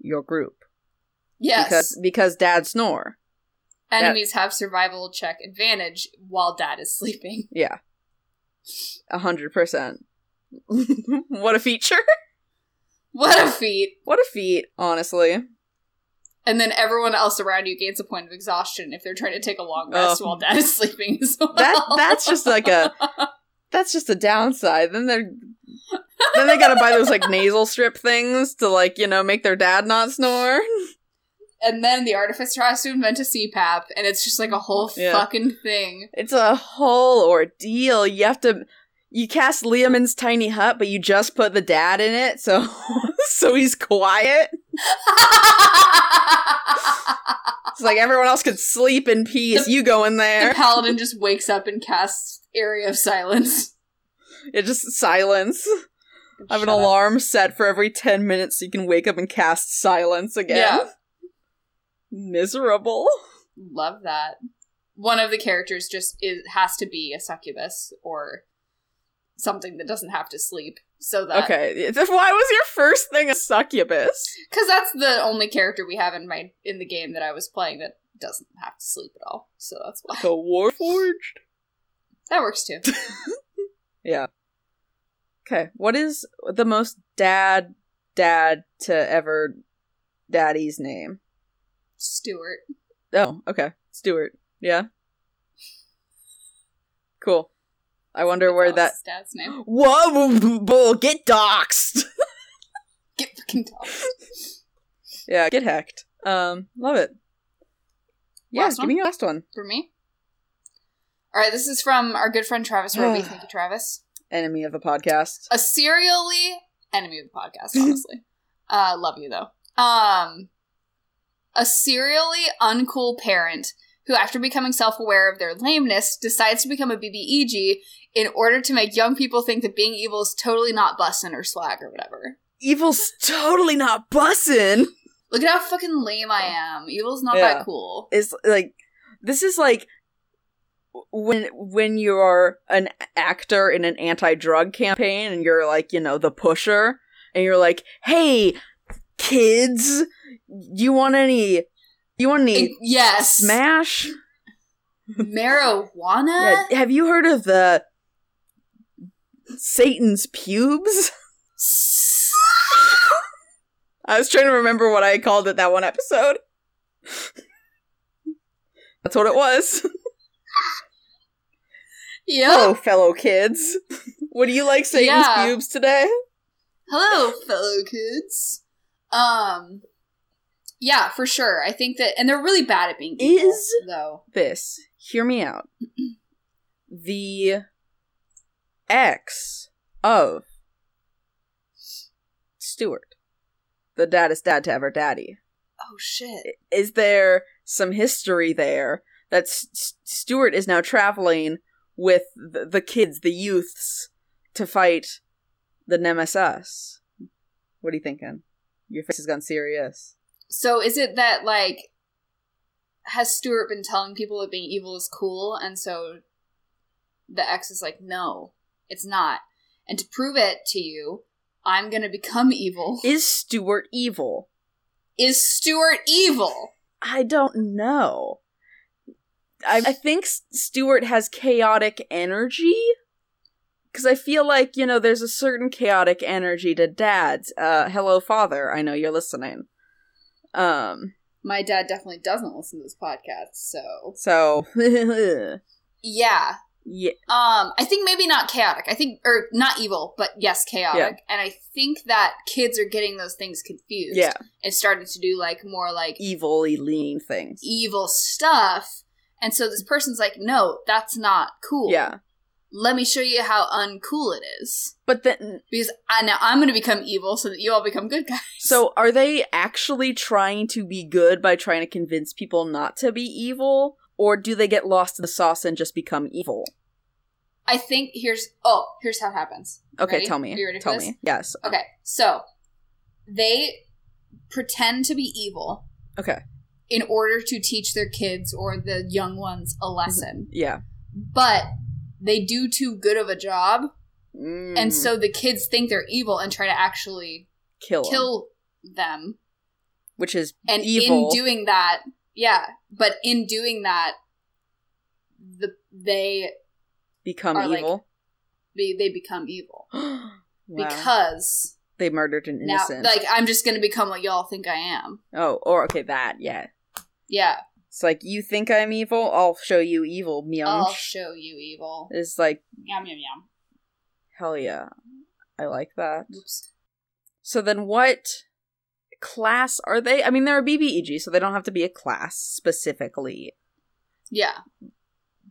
[SPEAKER 2] your group
[SPEAKER 1] Yes.
[SPEAKER 2] because because dad snore.
[SPEAKER 1] Enemies have survival check advantage while dad is sleeping.
[SPEAKER 2] Yeah. A hundred percent. What a feature.
[SPEAKER 1] What a feat.
[SPEAKER 2] What a feat, honestly.
[SPEAKER 1] And then everyone else around you gains a point of exhaustion if they're trying to take a long rest
[SPEAKER 2] Oh.
[SPEAKER 1] while dad is sleeping as well.
[SPEAKER 2] That that's just like a that's just a downside. Then they're then they gotta buy those like nasal strip things to like, you know, make their dad not snore.
[SPEAKER 1] and then the artificer has to invent a CPAP, and it's just like a whole
[SPEAKER 2] Yeah.
[SPEAKER 1] fucking thing.
[SPEAKER 2] It's a whole ordeal. You have to you cast Liamon's tiny hut, but you just put the dad in it, so so he's quiet. It's like everyone else could sleep in peace. You go in
[SPEAKER 1] the
[SPEAKER 2] there.
[SPEAKER 1] paladin just wakes up and casts Area of Silence.
[SPEAKER 2] It's just silence. I have an
[SPEAKER 1] Shut up.
[SPEAKER 2] alarm set for every 10 minutes so you can wake up and cast silence again.
[SPEAKER 1] Yeah.
[SPEAKER 2] Miserable.
[SPEAKER 1] Love that. One of the characters just is, has to be a succubus or something that doesn't have to sleep. So that
[SPEAKER 2] Okay, if- why was your first thing a succubus?
[SPEAKER 1] because that's the only character we have in my in the game that I was playing that doesn't have to sleep at all. So that's why
[SPEAKER 2] Like a warforged?
[SPEAKER 1] that works too.
[SPEAKER 2] Yeah. Okay, what is the most dad dad to ever daddy's name?
[SPEAKER 1] Stuart,
[SPEAKER 2] Oh, okay. Stuart. Yeah. Cool. I wonder where that.
[SPEAKER 1] That's dad's name.
[SPEAKER 2] Whoa, bull, get doxed!
[SPEAKER 1] Get fucking tossed.
[SPEAKER 2] Yeah, get hacked. Um, love it. Yeah,
[SPEAKER 1] Last
[SPEAKER 2] give
[SPEAKER 1] one?
[SPEAKER 2] me your last one.
[SPEAKER 1] for me. All right, this is from our good friend Travis Roby. Thank you, Travis.
[SPEAKER 2] Enemy of the podcast.
[SPEAKER 1] A serially enemy of the podcast, honestly. uh, love you though. Um, a serially uncool parent who, after becoming self-aware of their lameness, decides to become a BBEG in order to make young people think that being evil is totally not bussin' or swag or whatever.
[SPEAKER 2] Evil's totally not bussin'.
[SPEAKER 1] Look at how fucking lame I am. Evil's not
[SPEAKER 2] Yeah.
[SPEAKER 1] that cool.
[SPEAKER 2] It's like this is like when when you're an actor in an anti-drug campaign and you're like, you know, the pusher and you're like, "Hey, kids, you want any you want any
[SPEAKER 1] It- yes,
[SPEAKER 2] smash?
[SPEAKER 1] marijuana.
[SPEAKER 2] Yeah, have you heard of the Satan's pubes?" I was trying to remember what I called it that one episode. That's what it was.
[SPEAKER 1] Yeah.
[SPEAKER 2] Oh, fellow kids. Would you like Satan's
[SPEAKER 1] Yeah.
[SPEAKER 2] pubes today?
[SPEAKER 1] hello fellow kids um yeah for sure i think that and they're really bad at being evil,
[SPEAKER 2] Is-
[SPEAKER 1] though
[SPEAKER 2] This, hear me out. The ex of Stuart, the daddest dad to ever daddy.
[SPEAKER 1] oh shit
[SPEAKER 2] Is there some history there that S- S- Stuart is now traveling with the, the kids, the youths, to fight the Nemesis. What are you thinking? Your face has gone serious.
[SPEAKER 1] So is it that like has Stuart been telling people that being evil is cool and so the ex is like, No, it's not. And to prove it to you, I'm gonna become evil.
[SPEAKER 2] Is Stuart evil?
[SPEAKER 1] Is Stuart evil?
[SPEAKER 2] I don't know. I, I think S- Stuart has chaotic energy because I feel like you know there's a certain chaotic energy to dads. Uh, hello, father. I know you're listening. Um,
[SPEAKER 1] My dad definitely doesn't listen to this podcast, so
[SPEAKER 2] so
[SPEAKER 1] yeah.
[SPEAKER 2] yeah,
[SPEAKER 1] Um, I think maybe not chaotic. I think or not evil, but yes, chaotic. And I think that kids are getting those things confused.
[SPEAKER 2] yeah,
[SPEAKER 1] and starting to do like more like
[SPEAKER 2] evilly leaning things.
[SPEAKER 1] evil stuff. And so this person's like, no, that's not cool.
[SPEAKER 2] Yeah,
[SPEAKER 1] Let me show you how uncool it is.
[SPEAKER 2] but then
[SPEAKER 1] Because I, now I'm going to become evil so that you all become good guys.
[SPEAKER 2] so are they actually trying to be good by trying to convince people not to be evil, or do they get lost in the sauce and just become evil?
[SPEAKER 1] I think here's, oh, here's how it happens.
[SPEAKER 2] Okay,
[SPEAKER 1] Ready?
[SPEAKER 2] tell me.
[SPEAKER 1] Are you ready for
[SPEAKER 2] tell
[SPEAKER 1] this?
[SPEAKER 2] me. Yes.
[SPEAKER 1] Okay, so they pretend to be evil
[SPEAKER 2] Okay.
[SPEAKER 1] in order to teach their kids or the young ones a lesson.
[SPEAKER 2] Yeah.
[SPEAKER 1] But they do too good of a job
[SPEAKER 2] Mm,
[SPEAKER 1] and so the kids think they're evil and try to actually
[SPEAKER 2] kill, 'em,
[SPEAKER 1] kill them
[SPEAKER 2] which is
[SPEAKER 1] and in
[SPEAKER 2] Evil.
[SPEAKER 1] doing that yeah but in doing that the they
[SPEAKER 2] become
[SPEAKER 1] are, like,
[SPEAKER 2] evil
[SPEAKER 1] be, they become evil
[SPEAKER 2] wow.
[SPEAKER 1] because
[SPEAKER 2] they murdered an
[SPEAKER 1] now
[SPEAKER 2] innocent.
[SPEAKER 1] like i'm just gonna become what y'all think i am
[SPEAKER 2] oh, or okay, that yeah.
[SPEAKER 1] yeah
[SPEAKER 2] It's like you think I'm evil. I'll show you evil,
[SPEAKER 1] i'll
[SPEAKER 2] Myung.
[SPEAKER 1] show you evil
[SPEAKER 2] It's like
[SPEAKER 1] yum yum yum
[SPEAKER 2] hell yeah, I like that.
[SPEAKER 1] Oops.
[SPEAKER 2] So then, what class are they? I mean, they're a BBEG, so they don't have to be a class specifically.
[SPEAKER 1] yeah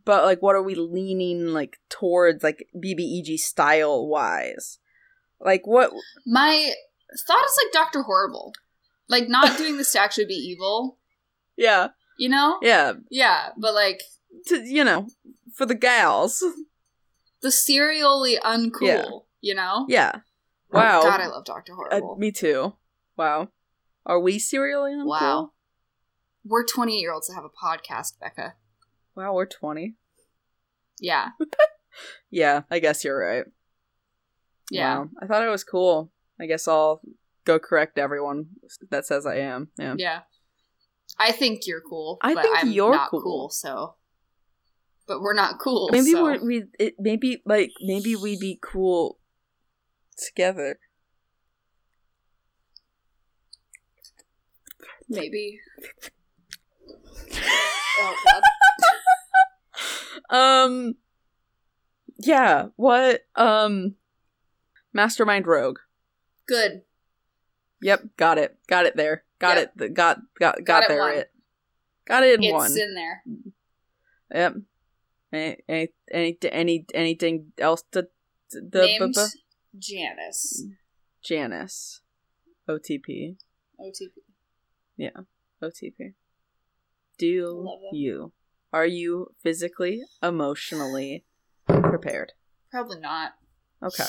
[SPEAKER 2] But like, what are we leaning like towards, like BBEG style wise? Like what?
[SPEAKER 1] my thought is like dr horrible like not doing this to actually be evil
[SPEAKER 2] Yeah,
[SPEAKER 1] you know
[SPEAKER 2] yeah.
[SPEAKER 1] yeah but like
[SPEAKER 2] To, you know, for the gals.
[SPEAKER 1] the serially uncool
[SPEAKER 2] Yeah.
[SPEAKER 1] you know
[SPEAKER 2] Yeah. Wow.
[SPEAKER 1] Oh, God, I love Doctor
[SPEAKER 2] Uh,
[SPEAKER 1] Horrible.
[SPEAKER 2] me too. Wow. Are we serially uncool?
[SPEAKER 1] wow. We're 28 year olds that have a podcast, Becca.
[SPEAKER 2] Wow, we're 20.
[SPEAKER 1] Yeah.
[SPEAKER 2] Yeah, I guess you're right.
[SPEAKER 1] Yeah.
[SPEAKER 2] Wow. I thought it was cool. I guess I'll go correct everyone that says I am. Yeah.
[SPEAKER 1] Yeah. I think you're cool.
[SPEAKER 2] I
[SPEAKER 1] but
[SPEAKER 2] think
[SPEAKER 1] I'm
[SPEAKER 2] you're
[SPEAKER 1] not
[SPEAKER 2] cool.
[SPEAKER 1] cool. so. But we're not cool.
[SPEAKER 2] Maybe
[SPEAKER 1] so-
[SPEAKER 2] we're, we it, maybe like maybe we'd be cool together.
[SPEAKER 1] Maybe. oh, God.
[SPEAKER 2] Um Yeah, what um Mastermind Rogue.
[SPEAKER 1] Good.
[SPEAKER 2] Yep, got it. Got it there. Got
[SPEAKER 1] Yep.
[SPEAKER 2] it. th- Got got got,
[SPEAKER 1] Got it
[SPEAKER 2] there
[SPEAKER 1] one.
[SPEAKER 2] it. Got it in
[SPEAKER 1] It's
[SPEAKER 2] one.
[SPEAKER 1] in there.
[SPEAKER 2] Yep. Any, any, any, any, anything else? The, the,
[SPEAKER 1] Named Janice.
[SPEAKER 2] Janice. OTP.
[SPEAKER 1] OTP.
[SPEAKER 2] OTP. Do
[SPEAKER 1] Love that.
[SPEAKER 2] you? Are you physically, emotionally prepared?
[SPEAKER 1] Probably not.
[SPEAKER 2] Okay.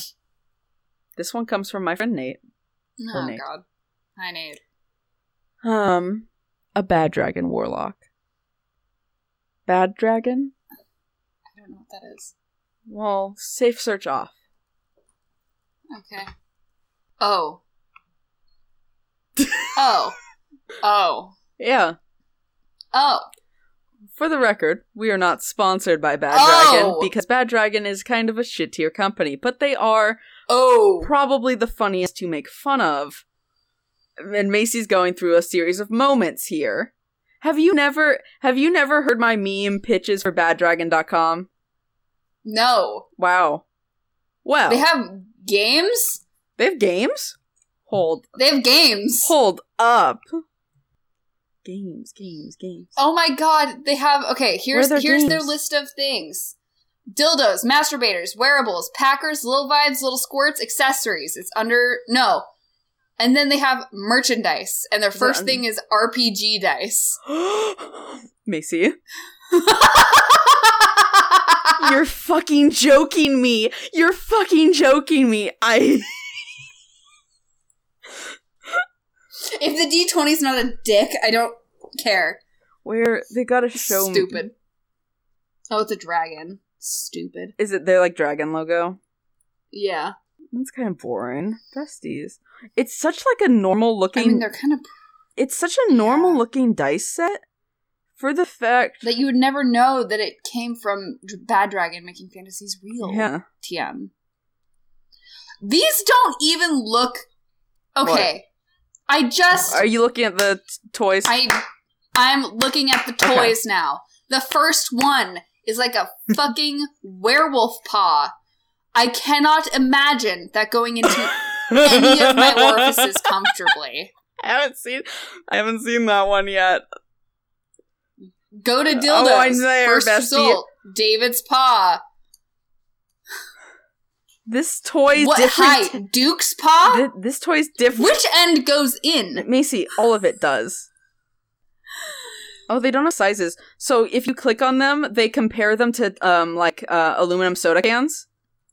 [SPEAKER 2] This one comes from my friend Nate.
[SPEAKER 1] Oh,
[SPEAKER 2] Nate.
[SPEAKER 1] God. Hi, Nate.
[SPEAKER 2] Um, a bad dragon warlock. Bad dragon?
[SPEAKER 1] I don't know what that is.
[SPEAKER 2] Well, safe search off.
[SPEAKER 1] Okay. Oh. oh. Oh.
[SPEAKER 2] Yeah.
[SPEAKER 1] Oh.
[SPEAKER 2] For the record, we are not sponsored by Bad Dragon
[SPEAKER 1] Oh!
[SPEAKER 2] because Bad Dragon is kind of a shit tier company, but they are
[SPEAKER 1] Oh.
[SPEAKER 2] probably the funniest to make fun of. And Macy's going through a series of moments here. Have you never have you never heard my meme pitches for baddragon.com?
[SPEAKER 1] No.
[SPEAKER 2] Wow. Well,
[SPEAKER 1] They have games?
[SPEAKER 2] they have games? Hold
[SPEAKER 1] They have games.
[SPEAKER 2] hold up. Games, games, games.
[SPEAKER 1] Oh my god, they have okay, here's
[SPEAKER 2] their
[SPEAKER 1] here's their
[SPEAKER 2] games?
[SPEAKER 1] list of things. Dildos, masturbators, wearables, packers, little vibes, little squirts, accessories. It's under no. And then they have merchandise, and their
[SPEAKER 2] Is it
[SPEAKER 1] first
[SPEAKER 2] un-
[SPEAKER 1] thing is RPG dice.
[SPEAKER 2] Macy. You're fucking joking me. You're fucking joking me. I
[SPEAKER 1] if the D20 is not a dick, I don't care.
[SPEAKER 2] where they gotta show me-
[SPEAKER 1] Stupid. Oh, it's a dragon. Stupid.
[SPEAKER 2] Is it their like dragon logo?
[SPEAKER 1] Yeah.
[SPEAKER 2] That's kind of boring. Besties. It's such like a normal
[SPEAKER 1] I
[SPEAKER 2] looking.
[SPEAKER 1] mean, they're kind of
[SPEAKER 2] it's such a normal looking dice set for the fact.
[SPEAKER 1] that you would never know that it came from Dr- Bad Dragon making fantasies real.
[SPEAKER 2] Yeah.
[SPEAKER 1] TM. These don't even look okay. I just
[SPEAKER 2] Are you looking at the t- toys?
[SPEAKER 1] I I'm looking at the
[SPEAKER 2] Okay.
[SPEAKER 1] toys now. The first one is like a fucking werewolf paw. I cannot imagine that going into any of my orifices comfortably.
[SPEAKER 2] I haven't seen. I haven't seen that one yet.
[SPEAKER 1] Go to dildos.
[SPEAKER 2] Oh, I'm there,
[SPEAKER 1] first
[SPEAKER 2] bestie.
[SPEAKER 1] result, David's paw.
[SPEAKER 2] This toy's
[SPEAKER 1] what
[SPEAKER 2] Oh, different.
[SPEAKER 1] height? Duke's paw.
[SPEAKER 2] Th- this toy's different.
[SPEAKER 1] Which end goes in?
[SPEAKER 2] Macy, all of it does. Oh, they don't have sizes. So if you click on them, they compare them to um like uh, aluminum soda cans.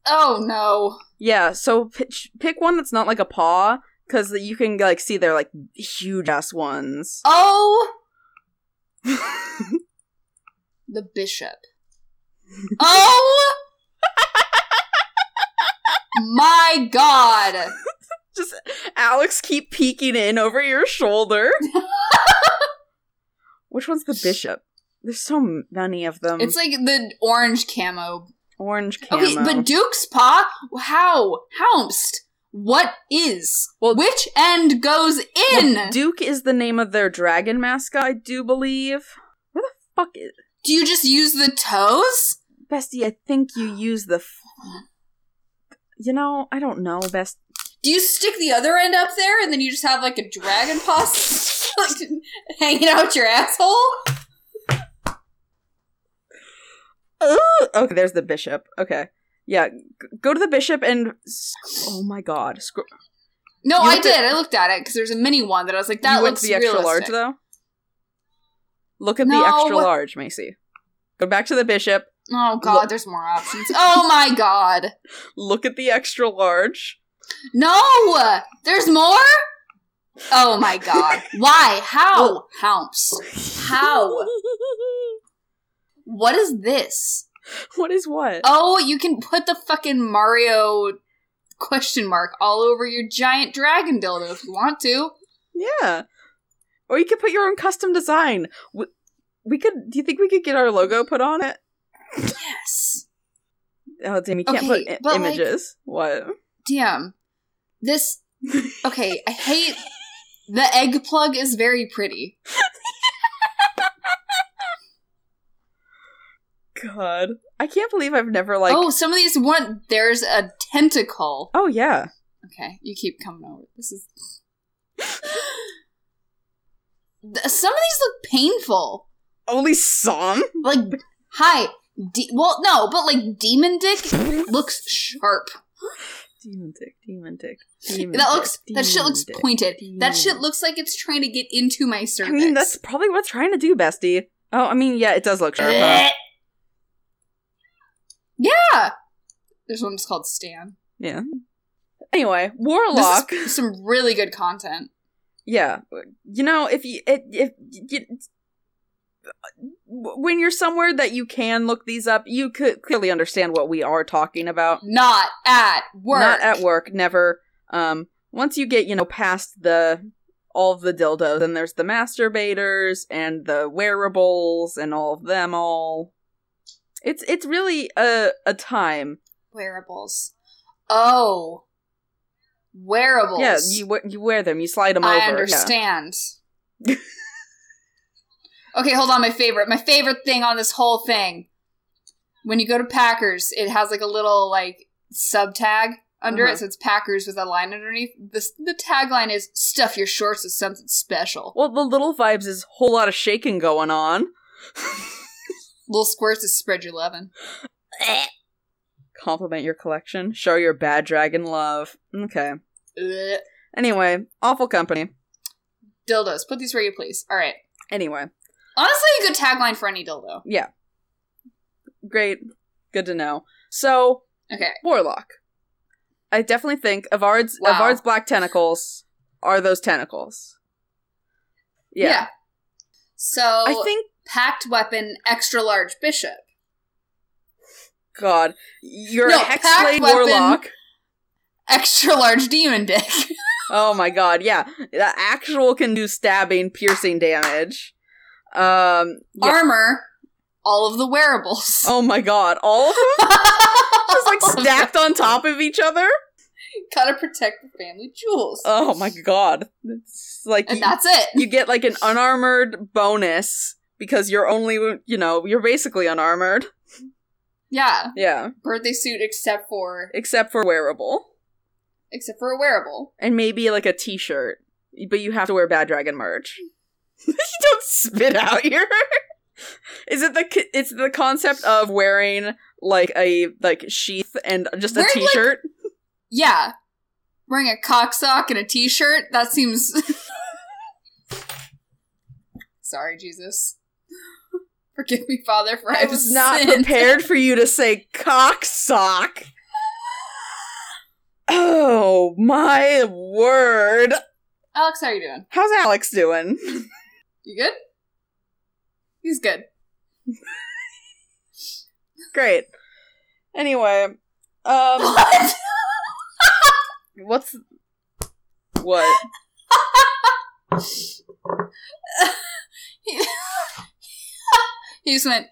[SPEAKER 1] Oh no.
[SPEAKER 2] Yeah, so pitch, pick one that's not like a paw because you can like see they're like huge ass ones.
[SPEAKER 1] Oh, the bishop. Oh. My God.
[SPEAKER 2] Just Alex keep peeking in over your shoulder. Which one's the bishop? There's so many of them.
[SPEAKER 1] It's like the orange camo.
[SPEAKER 2] orange camo.
[SPEAKER 1] Okay, but Duke's paw? How? Howst? What is?
[SPEAKER 2] Well-
[SPEAKER 1] which end goes in?
[SPEAKER 2] Well, Duke is the name of their dragon mascot, I do believe. Where the fuck is
[SPEAKER 1] Do you just use the toes?
[SPEAKER 2] Bestie? I think you use the. F- you know, I don't know, Best.
[SPEAKER 1] Do you stick the other end up there and then you just have like a dragon paw s- like, hanging out your asshole?
[SPEAKER 2] Ooh, okay, there's the bishop. Okay. Yeah, g- go to the bishop and. s- Oh my god. Scr-
[SPEAKER 1] No,
[SPEAKER 2] You
[SPEAKER 1] I
[SPEAKER 2] looked
[SPEAKER 1] did.
[SPEAKER 2] at-
[SPEAKER 1] I looked at it because there's a mini one that I was like, that
[SPEAKER 2] you went
[SPEAKER 1] looks
[SPEAKER 2] to the extra large,
[SPEAKER 1] realistic.
[SPEAKER 2] though? Look at
[SPEAKER 1] No.
[SPEAKER 2] the extra large, Macy. Go back to the bishop.
[SPEAKER 1] Oh god,
[SPEAKER 2] Look-
[SPEAKER 1] there's more options. Oh my god.
[SPEAKER 2] Look at the extra large.
[SPEAKER 1] No! There's more? Oh my god. Why? How?
[SPEAKER 2] Well-
[SPEAKER 1] Hounce. How? What is this?
[SPEAKER 2] what is what?
[SPEAKER 1] Oh, you can put the fucking Mario question mark all over your giant dragon dildo if you want to.
[SPEAKER 2] Yeah. Or you could put your own custom design. W- We could. Do you think we could get our logo put on it?
[SPEAKER 1] Yes.
[SPEAKER 2] Oh, damn! You can't
[SPEAKER 1] Okay,
[SPEAKER 2] put i-
[SPEAKER 1] but, like-
[SPEAKER 2] images. what?
[SPEAKER 1] Damn. This. Okay, I hate. The egg plug is very pretty.
[SPEAKER 2] God, I can't believe I've never like.
[SPEAKER 1] oh, some of these one. There's a tentacle.
[SPEAKER 2] Oh, yeah.
[SPEAKER 1] Okay, you keep coming over. This is. Th- Some of these look painful.
[SPEAKER 2] Only some.
[SPEAKER 1] Like, hi. De- well, no, but like, demon dick looks sharp.
[SPEAKER 2] Demon dick. Demon dick.
[SPEAKER 1] That looks. That shit looks
[SPEAKER 2] pointy.
[SPEAKER 1] pointed. That shit
[SPEAKER 2] Demon.
[SPEAKER 1] looks like it's trying to get into my
[SPEAKER 2] I
[SPEAKER 1] cervix.
[SPEAKER 2] mean, that's probably what it's trying to do, bestie. Oh, I mean, yeah, it does look sharp.
[SPEAKER 1] Eh.
[SPEAKER 2] huh?
[SPEAKER 1] yeah. There's one that's called Stan.
[SPEAKER 2] Yeah. Anyway,
[SPEAKER 1] This is
[SPEAKER 2] warlock.
[SPEAKER 1] some really good content.
[SPEAKER 2] Yeah, you know, if you it, if you, when you're somewhere that you can look these up, you could clearly understand what we are talking about.
[SPEAKER 1] Not at work.
[SPEAKER 2] Not at work, never. Um, once you get you know past the all of the dildos, then there's the masturbators and the wearables and all of them all. It's it's really a a time.
[SPEAKER 1] Wearables. Oh. Wearables.
[SPEAKER 2] Yeah, you we- you wear them, you slide them over.
[SPEAKER 1] I
[SPEAKER 2] yeah.
[SPEAKER 1] understand. okay, hold on. My favorite, my favorite thing on this whole thing. When you go to Packers, it has like a little like sub tag under
[SPEAKER 2] Uh-huh.
[SPEAKER 1] it, so it's Packers with a line underneath. The the tagline is "Stuff your shorts with something special."
[SPEAKER 2] Well, the little vibes is whole lot of shaking going on.
[SPEAKER 1] Little squirts is spread your lovin'.
[SPEAKER 2] compliment your collection, show your bad dragon love. Okay.
[SPEAKER 1] Ugh.
[SPEAKER 2] Anyway, awful company.
[SPEAKER 1] Dildos, put these where you please. All right.
[SPEAKER 2] Anyway,
[SPEAKER 1] Honestly, a good tagline for any dildo.
[SPEAKER 2] Great. Good to know. So,
[SPEAKER 1] Okay.
[SPEAKER 2] Warlock. I definitely think Avard's
[SPEAKER 1] Wow.
[SPEAKER 2] Avard's black tentacles are those tentacles. Yeah.
[SPEAKER 1] So
[SPEAKER 2] I think
[SPEAKER 1] packed weapon, extra large bishop.
[SPEAKER 2] God, you're
[SPEAKER 1] No,
[SPEAKER 2] a
[SPEAKER 1] packed
[SPEAKER 2] hexblade
[SPEAKER 1] weapon.
[SPEAKER 2] warlock.
[SPEAKER 1] Extra large demon dick.
[SPEAKER 2] Oh my god, yeah. The actual can do stabbing, piercing damage. Um yeah.
[SPEAKER 1] Armor. All of the wearables.
[SPEAKER 2] Oh my god, all of them Oh. just like stacked on top of each other.
[SPEAKER 1] Gotta protect the family jewels.
[SPEAKER 2] Oh my god. It's like
[SPEAKER 1] and that's it.
[SPEAKER 2] you get like an unarmored bonus because you're only you know you're basically unarmored
[SPEAKER 1] yeah.
[SPEAKER 2] yeah
[SPEAKER 1] Birthday suit except for
[SPEAKER 2] except for wearable
[SPEAKER 1] except for a wearable.
[SPEAKER 2] and maybe like a t-shirt but you have to wear bad dragon merch you don't spit out here is it the c- it's the concept of wearing like a like sheath and just a
[SPEAKER 1] Wearing, like-
[SPEAKER 2] t-shirt
[SPEAKER 1] Yeah. Wearing a cock sock and a t-shirt. That seems Sorry, Jesus. Forgive me, Father, for I
[SPEAKER 2] i was not prepared for you to say cock sock oh my word
[SPEAKER 1] Alex, how are you doing?
[SPEAKER 2] How's Alex doing?
[SPEAKER 1] You good? He's good.
[SPEAKER 2] Great. Anyway, um,
[SPEAKER 1] What?
[SPEAKER 2] what's what?
[SPEAKER 1] he just went,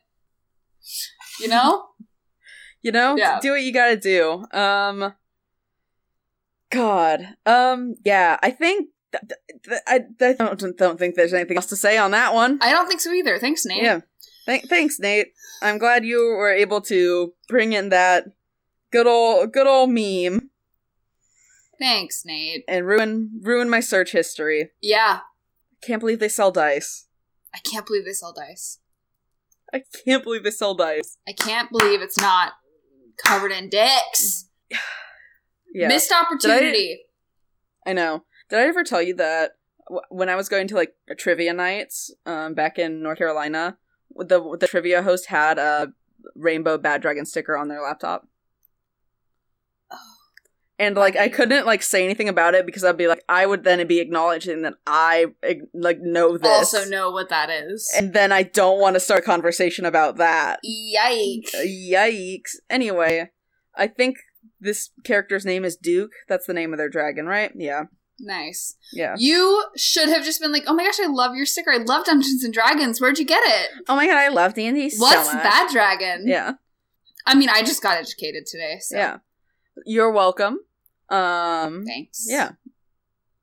[SPEAKER 1] you know?
[SPEAKER 2] You know,
[SPEAKER 1] Yeah.
[SPEAKER 2] do what you gotta do. Um, God. Um, yeah. I think th- th- th- I, I don't don't think there's anything else to say on that one.
[SPEAKER 1] I don't think so either. Thanks, Nate.
[SPEAKER 2] Yeah. Th- thanks, Nate. I'm glad you were able to bring in that good old good old meme
[SPEAKER 1] Thanks, Nate.
[SPEAKER 2] and ruin ruin my search history.
[SPEAKER 1] Yeah.
[SPEAKER 2] Can't believe they sell dice.
[SPEAKER 1] I can't believe they sell dice.
[SPEAKER 2] I can't believe they sell dice.
[SPEAKER 1] I can't believe it's not covered in dicks.
[SPEAKER 2] Yeah.
[SPEAKER 1] Missed opportunity.
[SPEAKER 2] I know. Did I ever tell you that w- when I was going to like trivia nights um, back in North Carolina, the the trivia host had a rainbow bad dragon sticker on their laptop. And like I couldn't like say anything about it because I'd be like I would then be acknowledging that I ig- like know this,
[SPEAKER 1] Also know what that is.
[SPEAKER 2] and then I don't want to start a conversation about that.
[SPEAKER 1] Yikes.
[SPEAKER 2] Yikes. Anyway, I think this character's name is Duke. That's the name of their dragon, right? Yeah.
[SPEAKER 1] Nice.
[SPEAKER 2] Yeah.
[SPEAKER 1] You should have just been like, oh my gosh, I love your sticker. I love Dungeons and Dragons. Where'd you get it?
[SPEAKER 2] Oh my god, I love D&D so
[SPEAKER 1] What's
[SPEAKER 2] much.
[SPEAKER 1] that dragon?
[SPEAKER 2] Yeah.
[SPEAKER 1] I mean, I just got educated today, so
[SPEAKER 2] Yeah. You're welcome. Um
[SPEAKER 1] thanks.
[SPEAKER 2] yeah.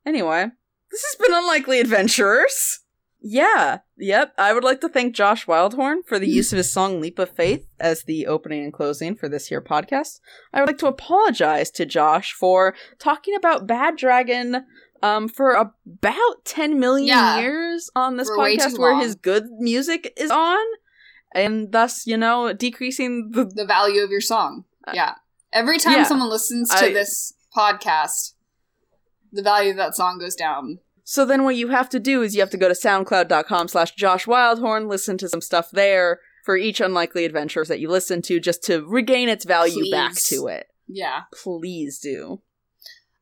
[SPEAKER 2] Anyway, this has been Unlikely Adventurers. Yeah. Yep. I would like to thank Josh Wildhorn for the use of his song Leap of Faith as the opening and closing for this here podcast. I would like to apologize to Josh for talking about Bad Dragon um, for about 10 million
[SPEAKER 1] Yeah.
[SPEAKER 2] years on this
[SPEAKER 1] For way
[SPEAKER 2] podcast
[SPEAKER 1] too
[SPEAKER 2] where
[SPEAKER 1] long.
[SPEAKER 2] his good music is on, and thus, you know, decreasing the
[SPEAKER 1] The value of your song.
[SPEAKER 2] Uh,
[SPEAKER 1] yeah. Every time
[SPEAKER 2] yeah.
[SPEAKER 1] someone listens to
[SPEAKER 2] I-
[SPEAKER 1] this podcast, the value of that song goes down.
[SPEAKER 2] So then what you have to do is you have to go to soundcloud.com slash Josh Wildhorn, listen to some stuff there for each unlikely adventures that you listen to just to regain its value
[SPEAKER 1] Please.
[SPEAKER 2] back to it.
[SPEAKER 1] Yeah.
[SPEAKER 2] Please do.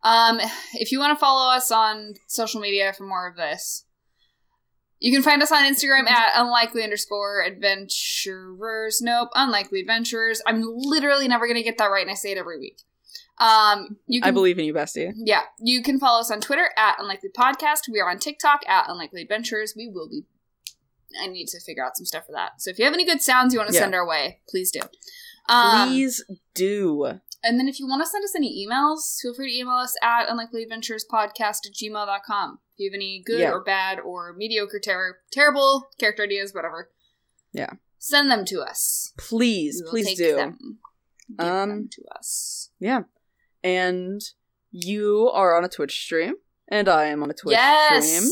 [SPEAKER 1] Um, if you want to follow us on social media for more of this, you can find us on
[SPEAKER 2] Mm-hmm.
[SPEAKER 1] Instagram at unlikely underscore adventurers. Nope, unlikely adventurers. I'm literally never gonna get that right, and I say it every week. Um, you
[SPEAKER 2] I
[SPEAKER 1] can
[SPEAKER 2] believe in you, bestie.
[SPEAKER 1] Yeah, you can follow us on Twitter at Unlikely Podcast. We are on TikTok at Unlikely Adventures. We will be. I need to figure out some stuff for that. So if you have any good sounds you want to
[SPEAKER 2] Yeah.
[SPEAKER 1] send our way, please do. Um,
[SPEAKER 2] Please do.
[SPEAKER 1] And then if you want to send us any emails, feel free to email us at unlikelyadventurespodcast at gmail.com. If you have any good
[SPEAKER 2] Yeah.
[SPEAKER 1] or bad or mediocre, ter- terrible character ideas, whatever.
[SPEAKER 2] Yeah.
[SPEAKER 1] Send them to us.
[SPEAKER 2] Please,
[SPEAKER 1] We will
[SPEAKER 2] please
[SPEAKER 1] take
[SPEAKER 2] do.
[SPEAKER 1] Them. Give
[SPEAKER 2] Um,
[SPEAKER 1] them to us.
[SPEAKER 2] Yeah. And you are on a Twitch stream, and I am on a Twitch stream.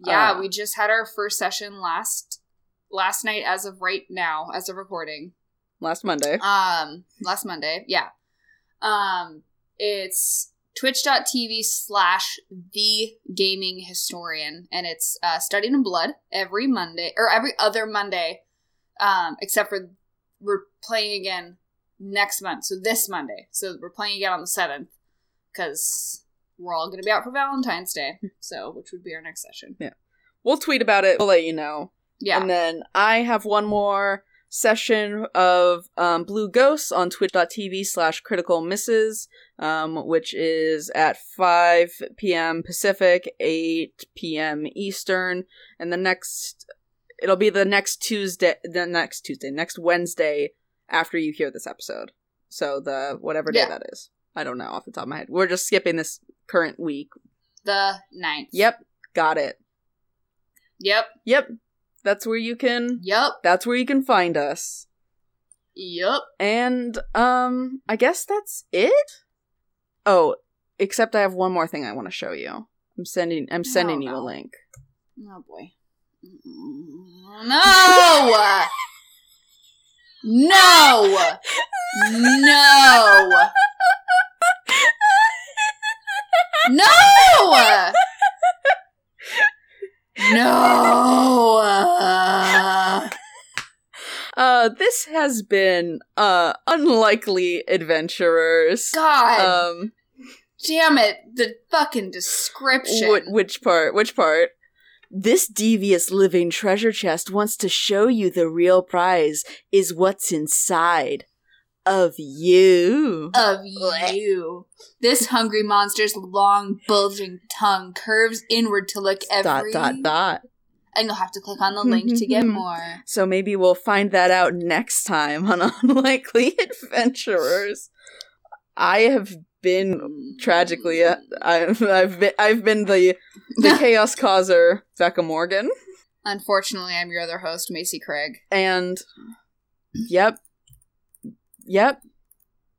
[SPEAKER 1] Yeah,
[SPEAKER 2] Uh,
[SPEAKER 1] we just had our first session last last night as of right now, as of recording.
[SPEAKER 2] Last Monday.
[SPEAKER 1] Um last Monday. Yeah. Um it's twitch.tv slash the gaming historian and it's uh, studied in blood every monday or every other monday um, except for we're playing again next month so this monday so we're playing again on the 7th because we're all going to be out for valentine's day so which would be our next session
[SPEAKER 2] We'll tweet about it. We'll let you know.
[SPEAKER 1] yeah
[SPEAKER 2] And then I have one more session of um, Blue Ghosts on twitch.tv slash critical misses, um, which is at 5 p.m. Pacific, 8 p.m. Eastern. And the next, it'll be the next Tuesday, the next Tuesday, next Wednesday after you hear this episode. So the whatever day
[SPEAKER 1] Yeah.
[SPEAKER 2] that is. I don't know off the top of my head. We're just skipping this current week.
[SPEAKER 1] the 9th
[SPEAKER 2] Yep, got it.
[SPEAKER 1] yep
[SPEAKER 2] Yep, that's where you can
[SPEAKER 1] yep
[SPEAKER 2] that's where you can find us.
[SPEAKER 1] yep
[SPEAKER 2] And um I guess that's it. Oh, except I have one more thing I want to show you. I'm sending I'm sending you a
[SPEAKER 1] no.
[SPEAKER 2] link.
[SPEAKER 1] Oh boy. Mm, No! no! No! No! No!
[SPEAKER 2] Uh this has been uh unlikely adventurers.
[SPEAKER 1] God
[SPEAKER 2] Um
[SPEAKER 1] damn it. The fucking description.
[SPEAKER 2] Wh- which part? Which part? This devious living treasure chest wants to show you the real prize is what's inside of you.
[SPEAKER 1] of you. This hungry monster's long, bulging tongue curves inward to look every
[SPEAKER 2] Dot dot dot.
[SPEAKER 1] and you'll have to click on the link to
[SPEAKER 2] Mm-hmm.
[SPEAKER 1] get more.
[SPEAKER 2] So maybe we'll find that out next time on Unlikely Adventurers. I have been tragically, uh, I've, I've been, I've been the the chaos causer, Becca Morgan,
[SPEAKER 1] Unfortunately, I'm your other host, Macy Craig.
[SPEAKER 2] and yep, yep,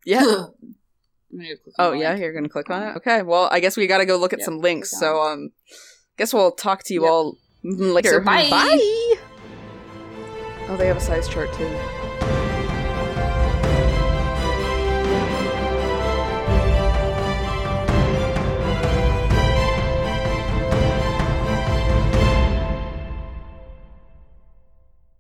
[SPEAKER 2] yep.
[SPEAKER 1] I'm gonna go click on
[SPEAKER 2] Oh
[SPEAKER 1] the
[SPEAKER 2] yeah,
[SPEAKER 1] link.
[SPEAKER 2] you're gonna click on it. Okay, well I guess we gotta go look at
[SPEAKER 1] Yep,
[SPEAKER 2] some links.
[SPEAKER 1] click on
[SPEAKER 2] So um, guess we'll talk to you
[SPEAKER 1] Yep.
[SPEAKER 2] all later.
[SPEAKER 1] So bye.
[SPEAKER 2] bye. Oh, they have a size chart too.